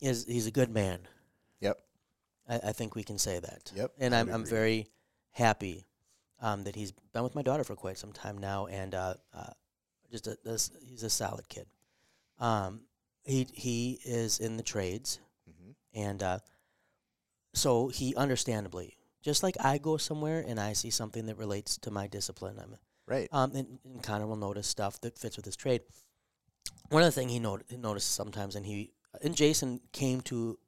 A: is he's a good man.
B: Yep.
A: I, I think we can say that.
B: Yep,
A: And
B: I
A: I'm
B: would
A: I'm
B: agree.
A: very happy um, that he's been with my daughter for quite some time now, and uh, uh, just a, this, he's a solid kid. Um, he he is in the trades.
B: Mhm.
A: And uh, so he understandably, just like I go somewhere and I see something that relates to my discipline, I'm,
B: Right.
A: um, and, and Connor will notice stuff that fits with his trade. One other thing he, not- he notices sometimes, and he and Jason came to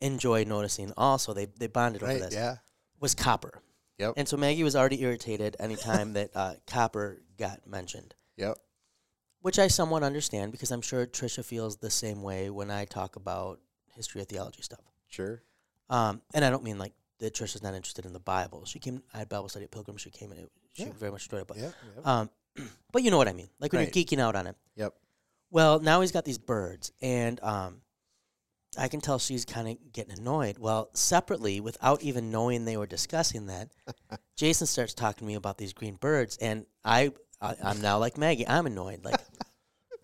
A: enjoy noticing also, they, they bonded over
B: right.
A: this,
B: Yeah.
A: was copper.
B: Yep.
A: And so Maggie was already irritated anytime that uh, copper got mentioned
B: Yep.
A: which I somewhat understand because I'm sure Trisha feels the same way when I talk about history or theology stuff.
B: Sure.
A: Um, and I don't mean like that Trisha's not interested in the Bible. She came, I had Bible study at Pilgrim. She came and it, she
B: Yeah.
A: very much enjoyed it. But, uh,
B: Yep. Yep.
A: um, but you know what I mean. Like when
B: Right.
A: you're geeking out on it.
B: yep.
A: Well, now he's got these birds, and um, I can tell she's kind of getting annoyed. Well, separately, without even knowing they were discussing that, Jason starts talking to me about these green birds, and I, I I'm now like Maggie. I'm annoyed. Like,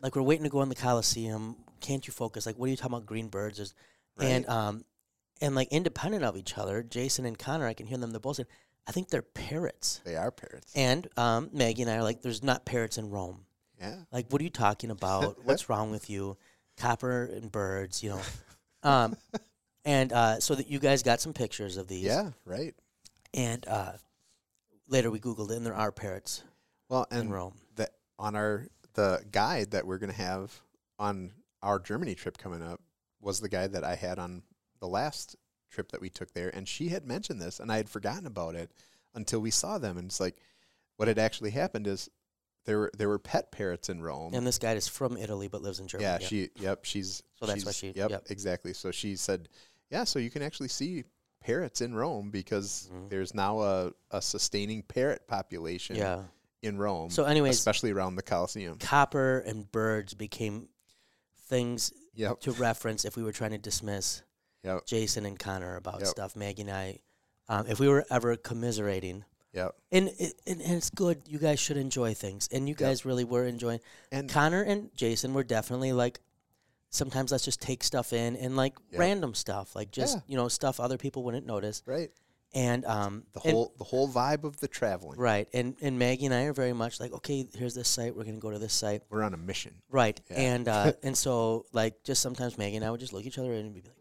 A: like we're waiting to go in the Coliseum. Can't you focus? Like, what are you talking about? Green birds? There's, And um, and like independent of each other, Jason and Connor, I can hear them. They're both saying, "I think they're parrots."
B: They are parrots.
A: And um, Maggie and I are like, "There's not parrots in Rome."
B: yeah.
A: Like, what are you talking about? What's wrong with you? Copper and birds, you know. Um, and uh, so that you guys got some pictures of these.
B: Yeah. Right.
A: And uh, later we Googled it, and there are parrots
B: Well,
A: in
B: and
A: Rome.
B: that on our the guide that we're gonna have on our Germany trip coming up was the guide that I had on the last trip that we took there, and she had mentioned this, and I had forgotten about it until we saw them, and it's like what had actually happened is there were there were pet parrots in Rome.
A: And this guy is from Italy but lives in Germany.
B: yeah, she. Yep, she's.
A: So that's why
B: she's-
A: she-
B: Yep,
A: yep.
B: exactly. So she said, "Yeah, so you can actually see parrots in Rome because
A: Mhm.
B: there's now a, a sustaining parrot population
A: Yeah.
B: in Rome,
A: So, anyways,
B: especially around the Colosseum."
A: copper and birds became things
B: Yep.
A: to reference if we were trying to dismiss
B: Yep.
A: Jason and Connor about
B: Yep.
A: stuff. Maggie and I, um, if we were ever commiserating,
B: Yep.
A: and, it, and and it's good. You guys should enjoy things, and you guys really were enjoying.
B: And
A: Connor and Jason were definitely like. Sometimes let's just take stuff in and like
B: Yep.
A: random stuff, like just
B: Yeah.
A: you know stuff other people wouldn't notice.
B: right,
A: And um,
B: the
A: and-
B: whole the whole vibe of the traveling.
A: right, and and Maggie and I are very much like, okay, here's this site, we're gonna go to this site,
B: We're on a mission.
A: right?
B: Yeah.
A: And uh, and so like just sometimes Maggie and I would just look at each other and we'd be like,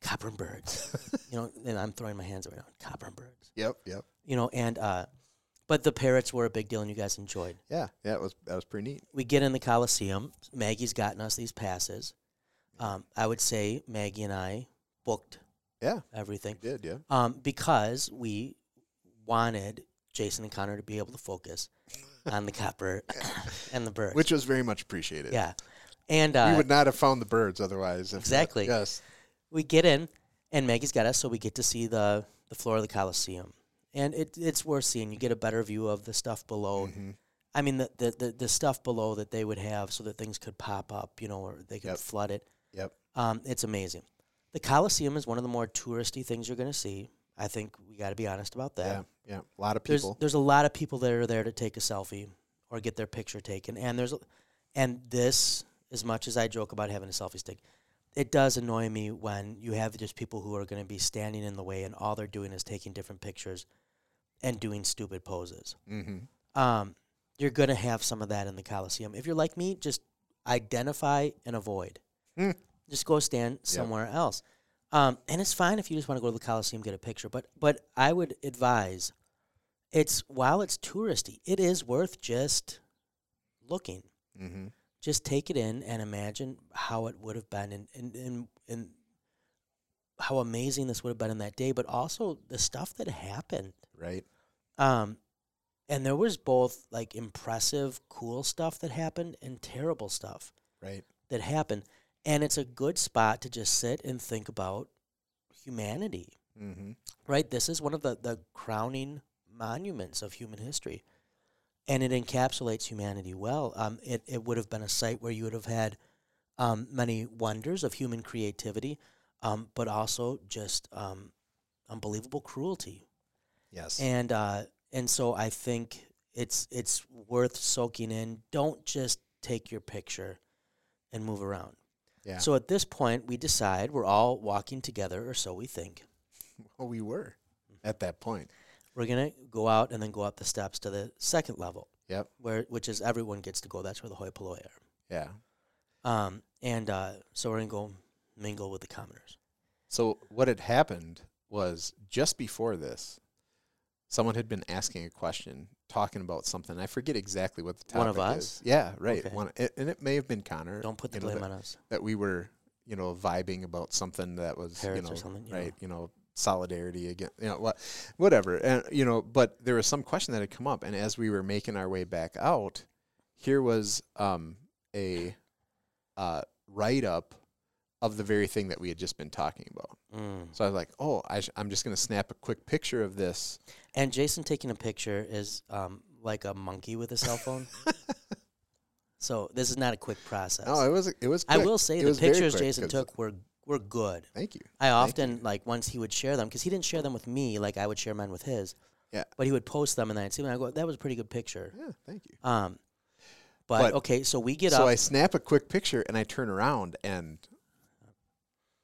A: copper and birds, you know. And I'm throwing my hands around, copper and birds,
B: Yep. Yep.
A: you know. And uh, but the parrots were a big deal, and you guys enjoyed.
B: Yeah. Yeah. It was that was pretty neat.
A: we get in the Coliseum. Maggie's gotten us these passes. Um, I would say Maggie and I booked
B: Yeah.
A: everything
B: It did. Yeah.
A: um, because we wanted Jason and Connor to be able to focus on the copper and the birds.
B: Which was very much appreciated.
A: yeah, and
B: We
A: uh, we,
B: would not have found the birds otherwise. if-
A: Exactly.
B: Yes.
A: get in, and Maggie's got us, so we get to see the the floor of the Coliseum, and it, it's worth seeing. You get a better view of the stuff below.
B: Mhm.
A: I mean, the, the, the, the stuff below that they would have so that things could pop up, you know, or they could
B: Yep.
A: flood it.
B: Yep.
A: Um, it's amazing. The Coliseum is one of the more touristy things you're going to see. I think we got to be honest about that.
B: Yeah. Yeah. A lot of
A: There's
B: people.
A: there's a lot of people that are there to take a selfie or get their picture taken, and there's a- and this as much as I joke about having a selfie stick, it does annoy me when you have just people who are going to be standing in the way and all they're doing is taking different pictures and doing stupid poses
B: mm-hmm.
A: um, you're going to have some of that in the Coliseum. If you're like me, just identify and avoid.
B: Hmm.
A: Just go stand somewhere else. Um, and it's fine if you just want to go to the Coliseum get a picture, but but I would advise it's while it's touristy, it is worth just looking.
B: Mm-hmm.
A: Just take it in and imagine how it would have been and and, and, and how amazing this would have been in that day, but also the stuff that happened.
B: Right.
A: Um, and there was both like impressive, cool stuff that happened and terrible stuff
B: Right.
A: that happened. And it's a good spot to just sit and think about humanity,
B: Mm-hmm.
A: right? This is one of the, the crowning monuments of human history. And it encapsulates humanity well. Um, it, it would have been a site where you would have had um, many wonders of human creativity, um, but also just um, unbelievable cruelty,
B: Yes.
A: and uh, and so I think it's it's worth soaking in. Don't just take your picture and move around.
B: yeah.
A: So at this point, we decide we're all walking together, or so we think.
B: well, we were
A: Mm-hmm.
B: at that point.
A: We're gonna go out and then go up the steps to the second level,
B: Yep.
A: where which is everyone gets to go. That's where the hoi polloi
B: Yeah.
A: are. Um, and uh, so we're gonna go mingle with the commoners.
B: So what had happened was just before this, someone had been asking a question, talking about something. I forget exactly what the topic
A: One of
B: is.
A: us?
B: Yeah, right.
A: Okay.
B: One, it, and it may have been Connor.
A: Don't put the
B: you know,
A: blame
B: that,
A: on us.
B: that we were, you know, vibing about something that was, you
A: Parrots or
B: know,
A: something, yeah.
B: right, you know, solidarity again, you know, what, whatever, and you know. But there was some question that had come up, and as we were making our way back out, here was um, a uh, write up of the very thing that we had just been talking about.
A: Mm.
B: So I was like, oh, I sh- I'm just going to snap a quick picture of this.
A: And Jason taking a picture is um, like a monkey with a cell phone. So this is not a quick process.
B: No, it was it was.
A: I
B: quick.
A: will say
B: It
A: the
B: was very
A: pictures
B: quick
A: Jason
B: 'cause-
A: took were were good.
B: Thank you.
A: I often like once he would share them because he didn't share them with me like I would share mine with his.
B: Yeah.
A: But he would post them and I'd see them. And I go, that was a pretty good picture.
B: Yeah, thank you.
A: Um, but,
B: But-
A: okay, so we get
B: so
A: up.
B: I snap a quick picture and I turn around and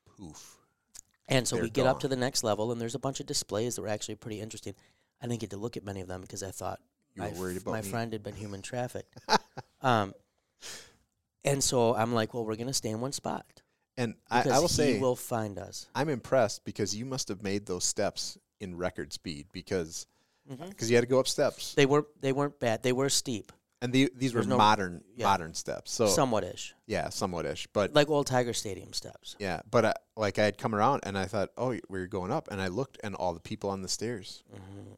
B: poof.
A: And so
B: They're
A: we get up to the next level, and there's a bunch of displays that were actually pretty interesting. I didn't get to look at many of them because I thought
B: You
A: my,
B: were worried
A: f-
B: about
A: my
B: me.
A: friend had been human trafficked. um, and so I'm like, well, we're going to stay in one spot
B: And I,
A: because
B: I will
A: he
B: say
A: will find us.
B: I'm impressed because you must have made those steps in record speed because
A: Mhm.
B: because you had to go up steps
A: They were they weren't bad. They were steep,
B: and the, these were
A: There's no-
B: modern
A: yeah.
B: modern steps. So
A: somewhat ish,
B: yeah, somewhat ish, but
A: like old Tiger Stadium steps.
B: yeah, but I, like I had come around and I thought, oh, we were going up, and I looked and all the people on the stairs.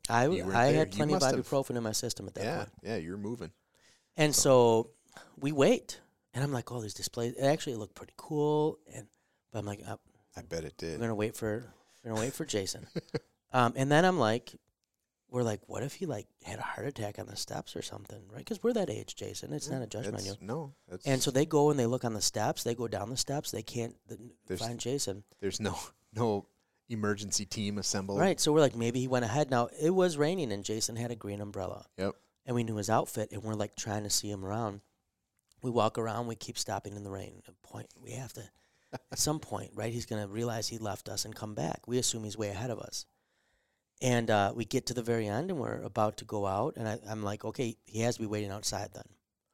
A: I
B: You weren't
A: I
B: there.
A: had
B: You
A: plenty of
B: must have-
A: ibuprofen in my system at that
B: yeah,
A: point.
B: yeah, you're moving.
A: And so we wait, and I'm like, oh, these displays it actually looked pretty cool. And but I'm like, uh,
B: I bet it
A: we're
B: did.
A: gonna wait for we're gonna wait for Jason. um, and then I'm like, we're like, what if he like had a heart attack on the steps or something, right? Because we're that age, Jason. It's not a judgment on you.
B: That's- no, that's,
A: And so they go and they look on the steps. They go down the steps. They can't th-
B: There's-
A: find Jason.
B: there's no no emergency team assembled.
A: Right. So we're like, maybe he went ahead. Now it was raining, and Jason had a green umbrella.
B: Yep.
A: And we knew his outfit, and we're like trying to see him around. We walk around. We keep stopping in the rain. At point, we have to. at some point, right? He's going to realize he left us and come back. We assume he's way ahead of us. And uh, we get to the very end, and we're about to go out. And I, I'm like, okay, he has to be waiting outside then.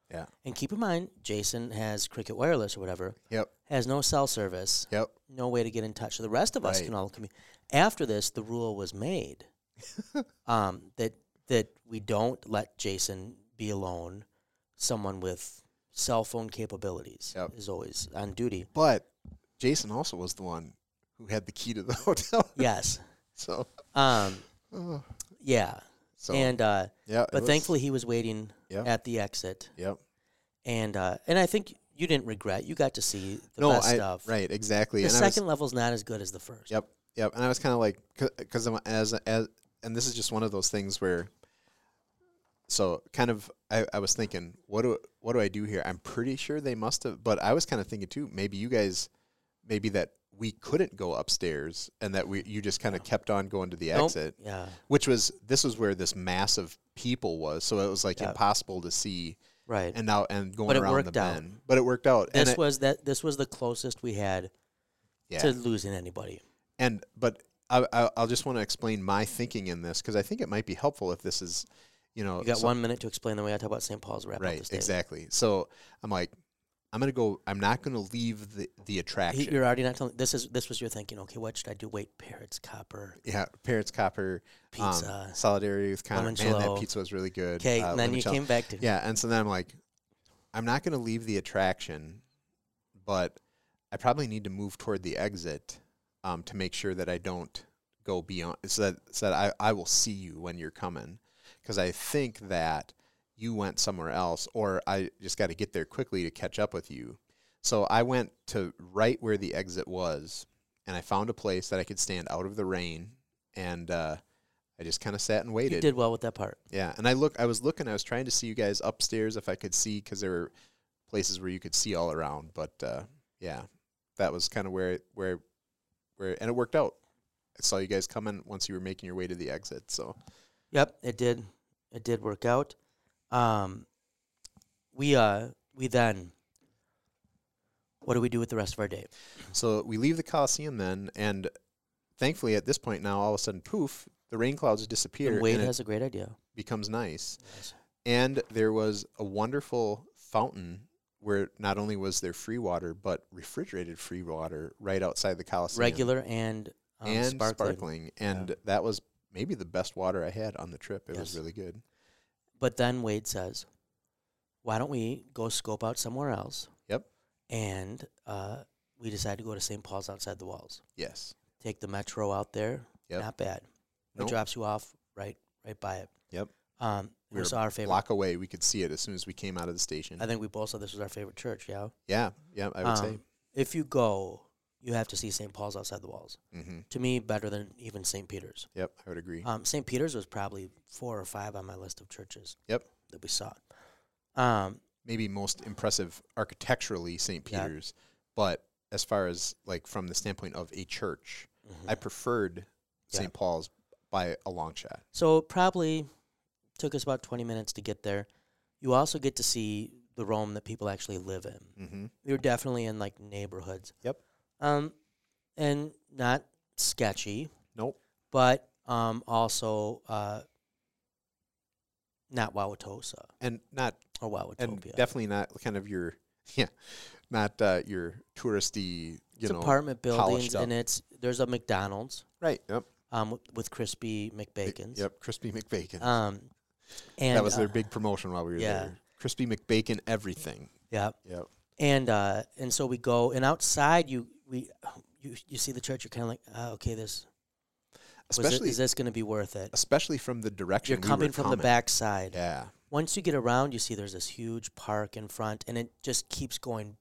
B: Yeah.
A: And keep in mind, Jason has Cricket Wireless or whatever,
B: Yep.
A: has no cell service
B: Yep.
A: no way to get in touch. So the rest of us
B: Right.
A: can all communicate. After this, the rule was made um, that that we don't let Jason be alone. Someone with cell phone capabilities
B: Yep.
A: is always on duty.
B: But Jason also was the one who had the key to the hotel.
A: Yes.
B: So,
A: Um,
B: oh,
A: yeah.
B: so
A: and uh,
B: yeah, it
A: but
B: was-
A: thankfully he was waiting
B: Yeah.
A: at the exit,
B: yep.
A: and uh, and I think you didn't regret. You got to see the
B: no,
A: best
B: I,
A: stuff.
B: right, exactly.
A: The
B: and I was-
A: second level's not as good as the first.
B: Yep, yep. And I was kind of like, because I'm as as, and this is just one of those things where, so kind of, I, I was thinking, what do what do I do here? I'm pretty sure they must have, but I was kind of thinking too, maybe you guys, maybe that we couldn't go upstairs, and that we you just kind of kept on going to the
A: Nope.
B: exit,
A: Yeah.
B: which was this was where this mass of people was, so it was like
A: Yeah.
B: impossible to see,
A: Right.
B: and now and going
A: But it
B: around the
A: worked out.
B: men, but it worked out. and
A: this
B: it-
A: was that. This was the closest we had
B: yeah.
A: to losing anybody.
B: and but I, I, I'll just want to explain my thinking in this because I think it might be helpful if this is, you know,
A: You got
B: some-
A: one minute to explain the way I talk about St. Paul's wrap up
B: Oh, right
A: the statement.
B: exactly. So I'm like, I'm gonna go. I'm not gonna leave the the
A: He-
B: attraction.
A: You're already not telling. This is this was your thinking. Okay, what should I do? Wait, parrots, copper,
B: yeah, parents copper um,
A: pizza.
B: solidarity with Connor. Man, that
A: limoncello.
B: pizza was really good.
A: okay,
B: uh,
A: and then you
B: limoncello.
A: came back to
B: Yeah, and so then I'm like, I'm not gonna leave the attraction, but I probably need to move toward the exit um, to make sure that I don't go beyond. So that, so that I, I will see you when you're coming. Because I think that you went somewhere else, or I just got to get there quickly to catch up with you. So I went to right where the exit was, and I found a place that I could stand out of the rain, and uh, I just kind of sat and
A: you
B: waited.
A: did well with that part.
B: Yeah, and I look, I was looking, I was trying to see you guys upstairs if I could see because there were places where you could see all around. But uh, yeah, that was kind of where where where, and it worked out. I saw you guys coming once you were making your way to the exit. So
A: Yep, it did. It did work out. Um, we uh we then. What do we do with the rest of our day?
B: so we leave the Coliseum then, and thankfully at this point now, all of a sudden, poof, the rain clouds disappear,
A: And Wade
B: and it
A: has a great idea.
B: becomes nice. and there was a wonderful fountain where not only was there free water but refrigerated free water right outside the Coliseum.
A: Regular and, um,
B: and
A: sparkling.
B: sparkling, and that was maybe the best water I had on the trip. It was
A: Yes.
B: really good.
A: But then Wade says, "Why don't we go scope out somewhere else?"
B: Yep.
A: And uh, we decide to go to St. Paul's outside the walls.
B: Yes.
A: Take the metro out there.
B: Yep.
A: Not bad.
B: Nope.
A: It drops you off right right by it.
B: Yep.
A: Um,
B: We
A: we
B: were
A: saw our favorite.
B: Block away, we could see it as soon as we came out of the station.
A: I think we both saw this was our favorite church. Yeah.
B: yeah, yeah, I would say.
A: Um, If you go, you have to see St. Paul's outside the walls.
B: hmm
A: To me, better than even St. Peter's.
B: Yep, I would agree.
A: Um, St. Peter's was probably four or five on my list of churches.
B: Yep.
A: That we saw. Um,
B: maybe most impressive architecturally, St.
A: Yeah.
B: Peter's. But as far as like from the standpoint of a church, I preferred
A: Yeah.
B: St. Paul's by a long shot.
A: So it probably took us about 20 minutes to get there. You also get to see the Rome that people actually live in.
B: Mm-hmm.
A: We were definitely in like neighborhoods.
B: Yep.
A: Um, and not sketchy,
B: Nope.
A: but um, also uh, not Wauwatosa
B: And not
A: or
B: and
A: Wauwatopia.
B: definitely not kind of your yeah, not uh, your touristy. You
A: it's
B: know,
A: apartment
B: polished
A: buildings,
B: up.
A: and it's there's a McDonald's
B: right? Yep.
A: um, with, with crispy McBacon's.
B: Yep. Crispy McBacon.
A: Um, and
B: that was their
A: uh,
B: big promotion while we were
A: yeah.
B: there. Crispy McBacon everything.
A: yeah.
B: Yep.
A: and uh, and so we go and outside you we you, you see the church you're kind of like oh, okay this was it,
B: Especially
A: is this going to be worth it
B: especially from the direction
A: you're
B: we were
A: coming from the
B: coming.
A: back side
B: Yeah.
A: once you get around you see there's this huge park in front and it just keeps going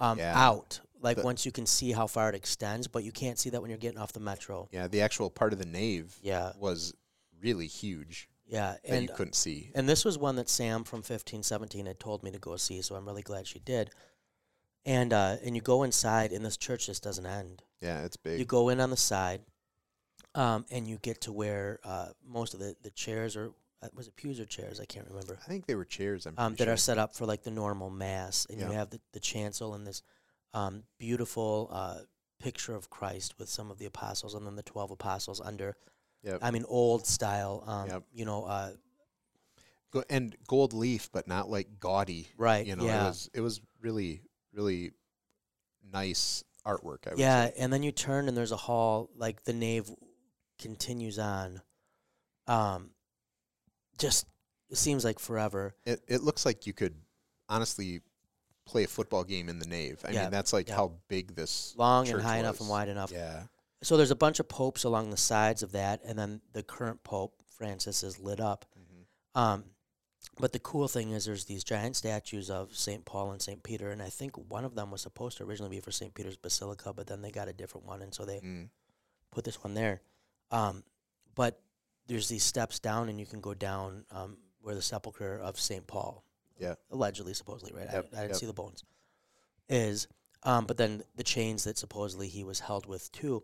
A: um,
B: Yeah.
A: out like
B: The-
A: once you can see how far it extends but you can't see that when you're getting off the metro
B: Yeah, the actual part of the nave
A: yeah
B: was really huge
A: yeah
B: that
A: and uh,
B: you couldn't see.
A: and this was one that Sam from 1517 had told me to go see so I'm really glad she did and uh, and you go inside and this church just doesn't end
B: Yeah, it's
A: you
B: big.
A: go in on the side, um, and you get to where uh, most of the, the chairs or uh, was it pews or chairs? I can't remember.
B: I think they were chairs. I'm
A: Um, that
B: pretty
A: are
B: sure.
A: set up for like the normal mass, and you
B: Yeah.
A: have the, the chancel and this um, beautiful uh, picture of Christ with some of the apostles and then the twelve apostles under.
B: Yep.
A: I mean, old style. Um,
B: Yep.
A: You know, uh,
B: Go- and gold leaf, but not like gaudy.
A: right?
B: You know,
A: yeah,
B: it was it was really really nice artwork. I would
A: yeah.
B: say.
A: And then you turn and there's a hall like the nave continues on. Um, just it seems like forever.
B: It it looks like you could honestly play a football game in the nave. I
A: Yeah,
B: mean, that's like
A: yeah.
B: how big this.
A: long and
B: church
A: high enough and
B: was.
A: wide enough.
B: Yeah.
A: So there's a bunch of popes along the sides of that, and then the current pope Francis is lit up.
B: Mm-hmm.
A: Um, but the cool thing is there's these giant statues of Saint Paul and Saint Peter, and I think one of them was supposed to originally be for Saint Peter's Basilica, but then they got a different one, and so they
B: Mm.
A: put this one there. Um, but there's these steps down, and you can go down um, where the sepulcher of Saint Paul,
B: Yeah.
A: allegedly, supposedly, right?
B: Yep,
A: I, I didn't
B: yep.
A: see the bones. Is um, but then the chains that supposedly he was held with too.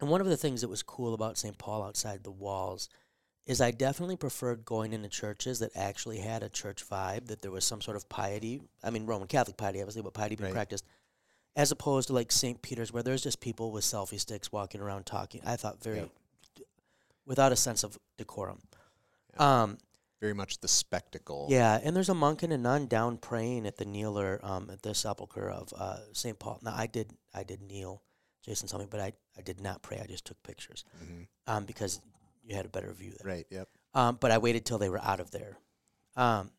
A: And one of the things that was cool about Saint Paul outside the walls is I definitely preferred going into churches that actually had a church vibe, that there was some sort of piety. I mean, Roman Catholic piety, obviously, but piety being
B: Right.
A: practiced, as opposed to like St. Peter's, where there's just people with selfie sticks walking around talking. I thought very,
B: Yep.
A: without a sense of decorum. Um,
B: Very much the spectacle.
A: yeah, and there's a monk and a nun down praying at the kneeler um, at the sepulcher of uh, Saint Paul. Now I did I did kneel, Jason told me, but I, I did not pray. I just took pictures
B: Mhm.
A: um, because you had a better view there.
B: Right. Yep.
A: Um, but I waited till they were out of there. Um,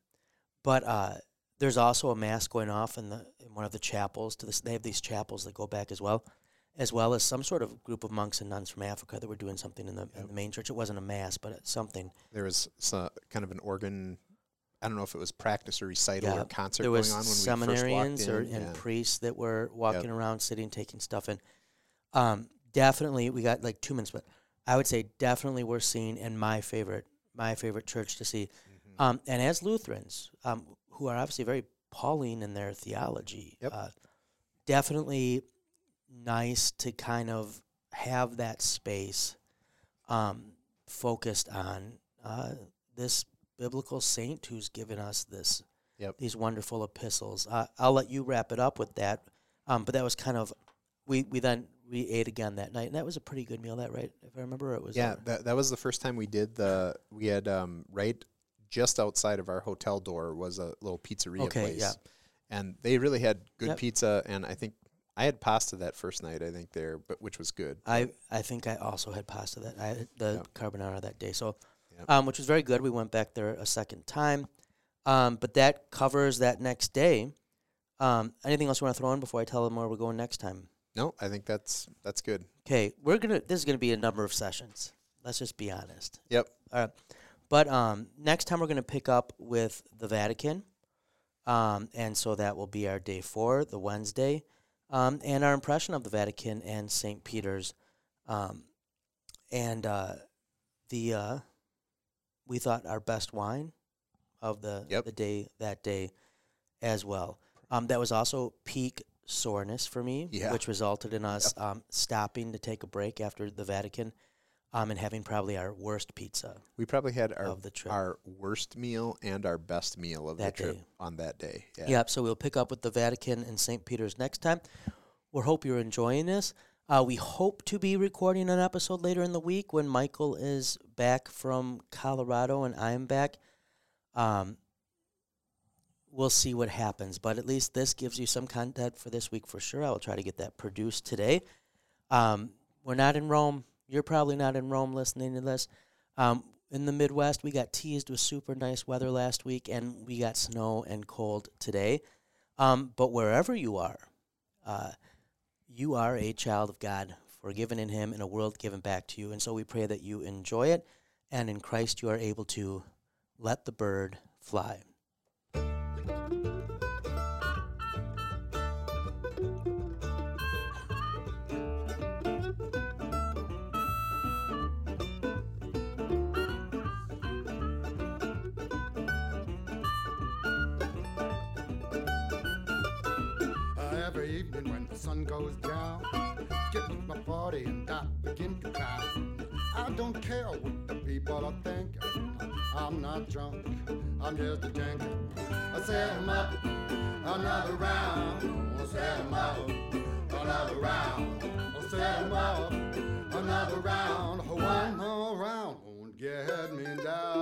A: but uh, there's also a mass going off in the in one of the chapels. To this, they have these chapels that go back as well, as well as some sort of group of monks and nuns from Africa that were doing something in the, in
B: Yep.
A: the main church. It wasn't a mass, but it's something.
B: There was so, kind of an organ. I don't know if it was practice or recital
A: Yeah,
B: or concert
A: there
B: going
A: was
B: on when we
A: seminarians
B: first
A: or
B: walked in.
A: and
B: yeah.
A: priests that were walking around, sitting, taking stuff, and um, definitely we got like two minutes, but I would say definitely we're seeing in my favorite my favorite church to see,
B: Mm-hmm.
A: um, and as Lutherans um, who are obviously very Pauline in their theology,
B: Yep.
A: uh, definitely nice to kind of have that space um, focused on uh, this biblical saint who's given us this
B: Yep.
A: these wonderful epistles. Uh, I'll let you wrap it up with that. Um, but that was kind of we we then we ate again that night, and that was a pretty good meal. That right, if I remember, it was
B: Yeah,
A: uh,
B: that, that was the first time we did the. We had um, right just outside of our hotel door was a little pizzeria
A: Okay,
B: place.
A: yeah.
B: And they really had good
A: Yep.
B: pizza, and I think I had pasta that first night. I think there, but which was good.
A: I I think I also had pasta that I had the
B: Yeah.
A: carbonara that day, so
B: Yeah.
A: um, which was very good. We went back there a second time, um, but that covers that next day. Um, anything else you want to throw in before I tell them where we're going next time?
B: no, I think that's that's good.
A: Okay, we're gonna. This is gonna be a number of sessions. Let's just be honest.
B: Yep.
A: All right. But um, next time we're going to pick up with the Vatican. Um, and so that will be our day four, the Wednesday, um, and our impression of the Vatican and St. Peter's. Um, and uh, the uh, we thought our best wine. of the,
B: Yep.
A: the day that day as well. Um, that was also peak soreness for me,
B: Yeah.
A: which resulted in us um, stopping to take a break after the Vatican um, and having probably our worst pizza
B: We probably had our
A: of the trip.
B: our worst meal and our best meal of
A: That
B: the trip
A: day.
B: on that day. Yeah.
A: Yep. So we'll pick up with the Vatican and St. Peter's next time. We hope you're enjoying this. Uh, we hope to be recording an episode later in the week when Michael is back from Colorado and I'm back. Um, we'll see what happens, but at least this gives you some content for this week for sure. I will try to get that produced today. Um, we're not in Rome. You're probably not in Rome listening to this. Um, in the Midwest, we got teased with super nice weather last week, and we got snow and cold today. Um, but wherever you are, uh, you are a child of God, forgiven in Him, in a world given back to you. And so we pray that you enjoy it, and in Christ you are able to let the bird fly.
C: Every evening when the sun goes down, get to my party and I begin to clown. I don't care what the people are thinking. I'm not drunk, I'm just a drinker. I set 'em up, another round. I set 'em up, another round. I set 'em up, another round. One more round won't get me down.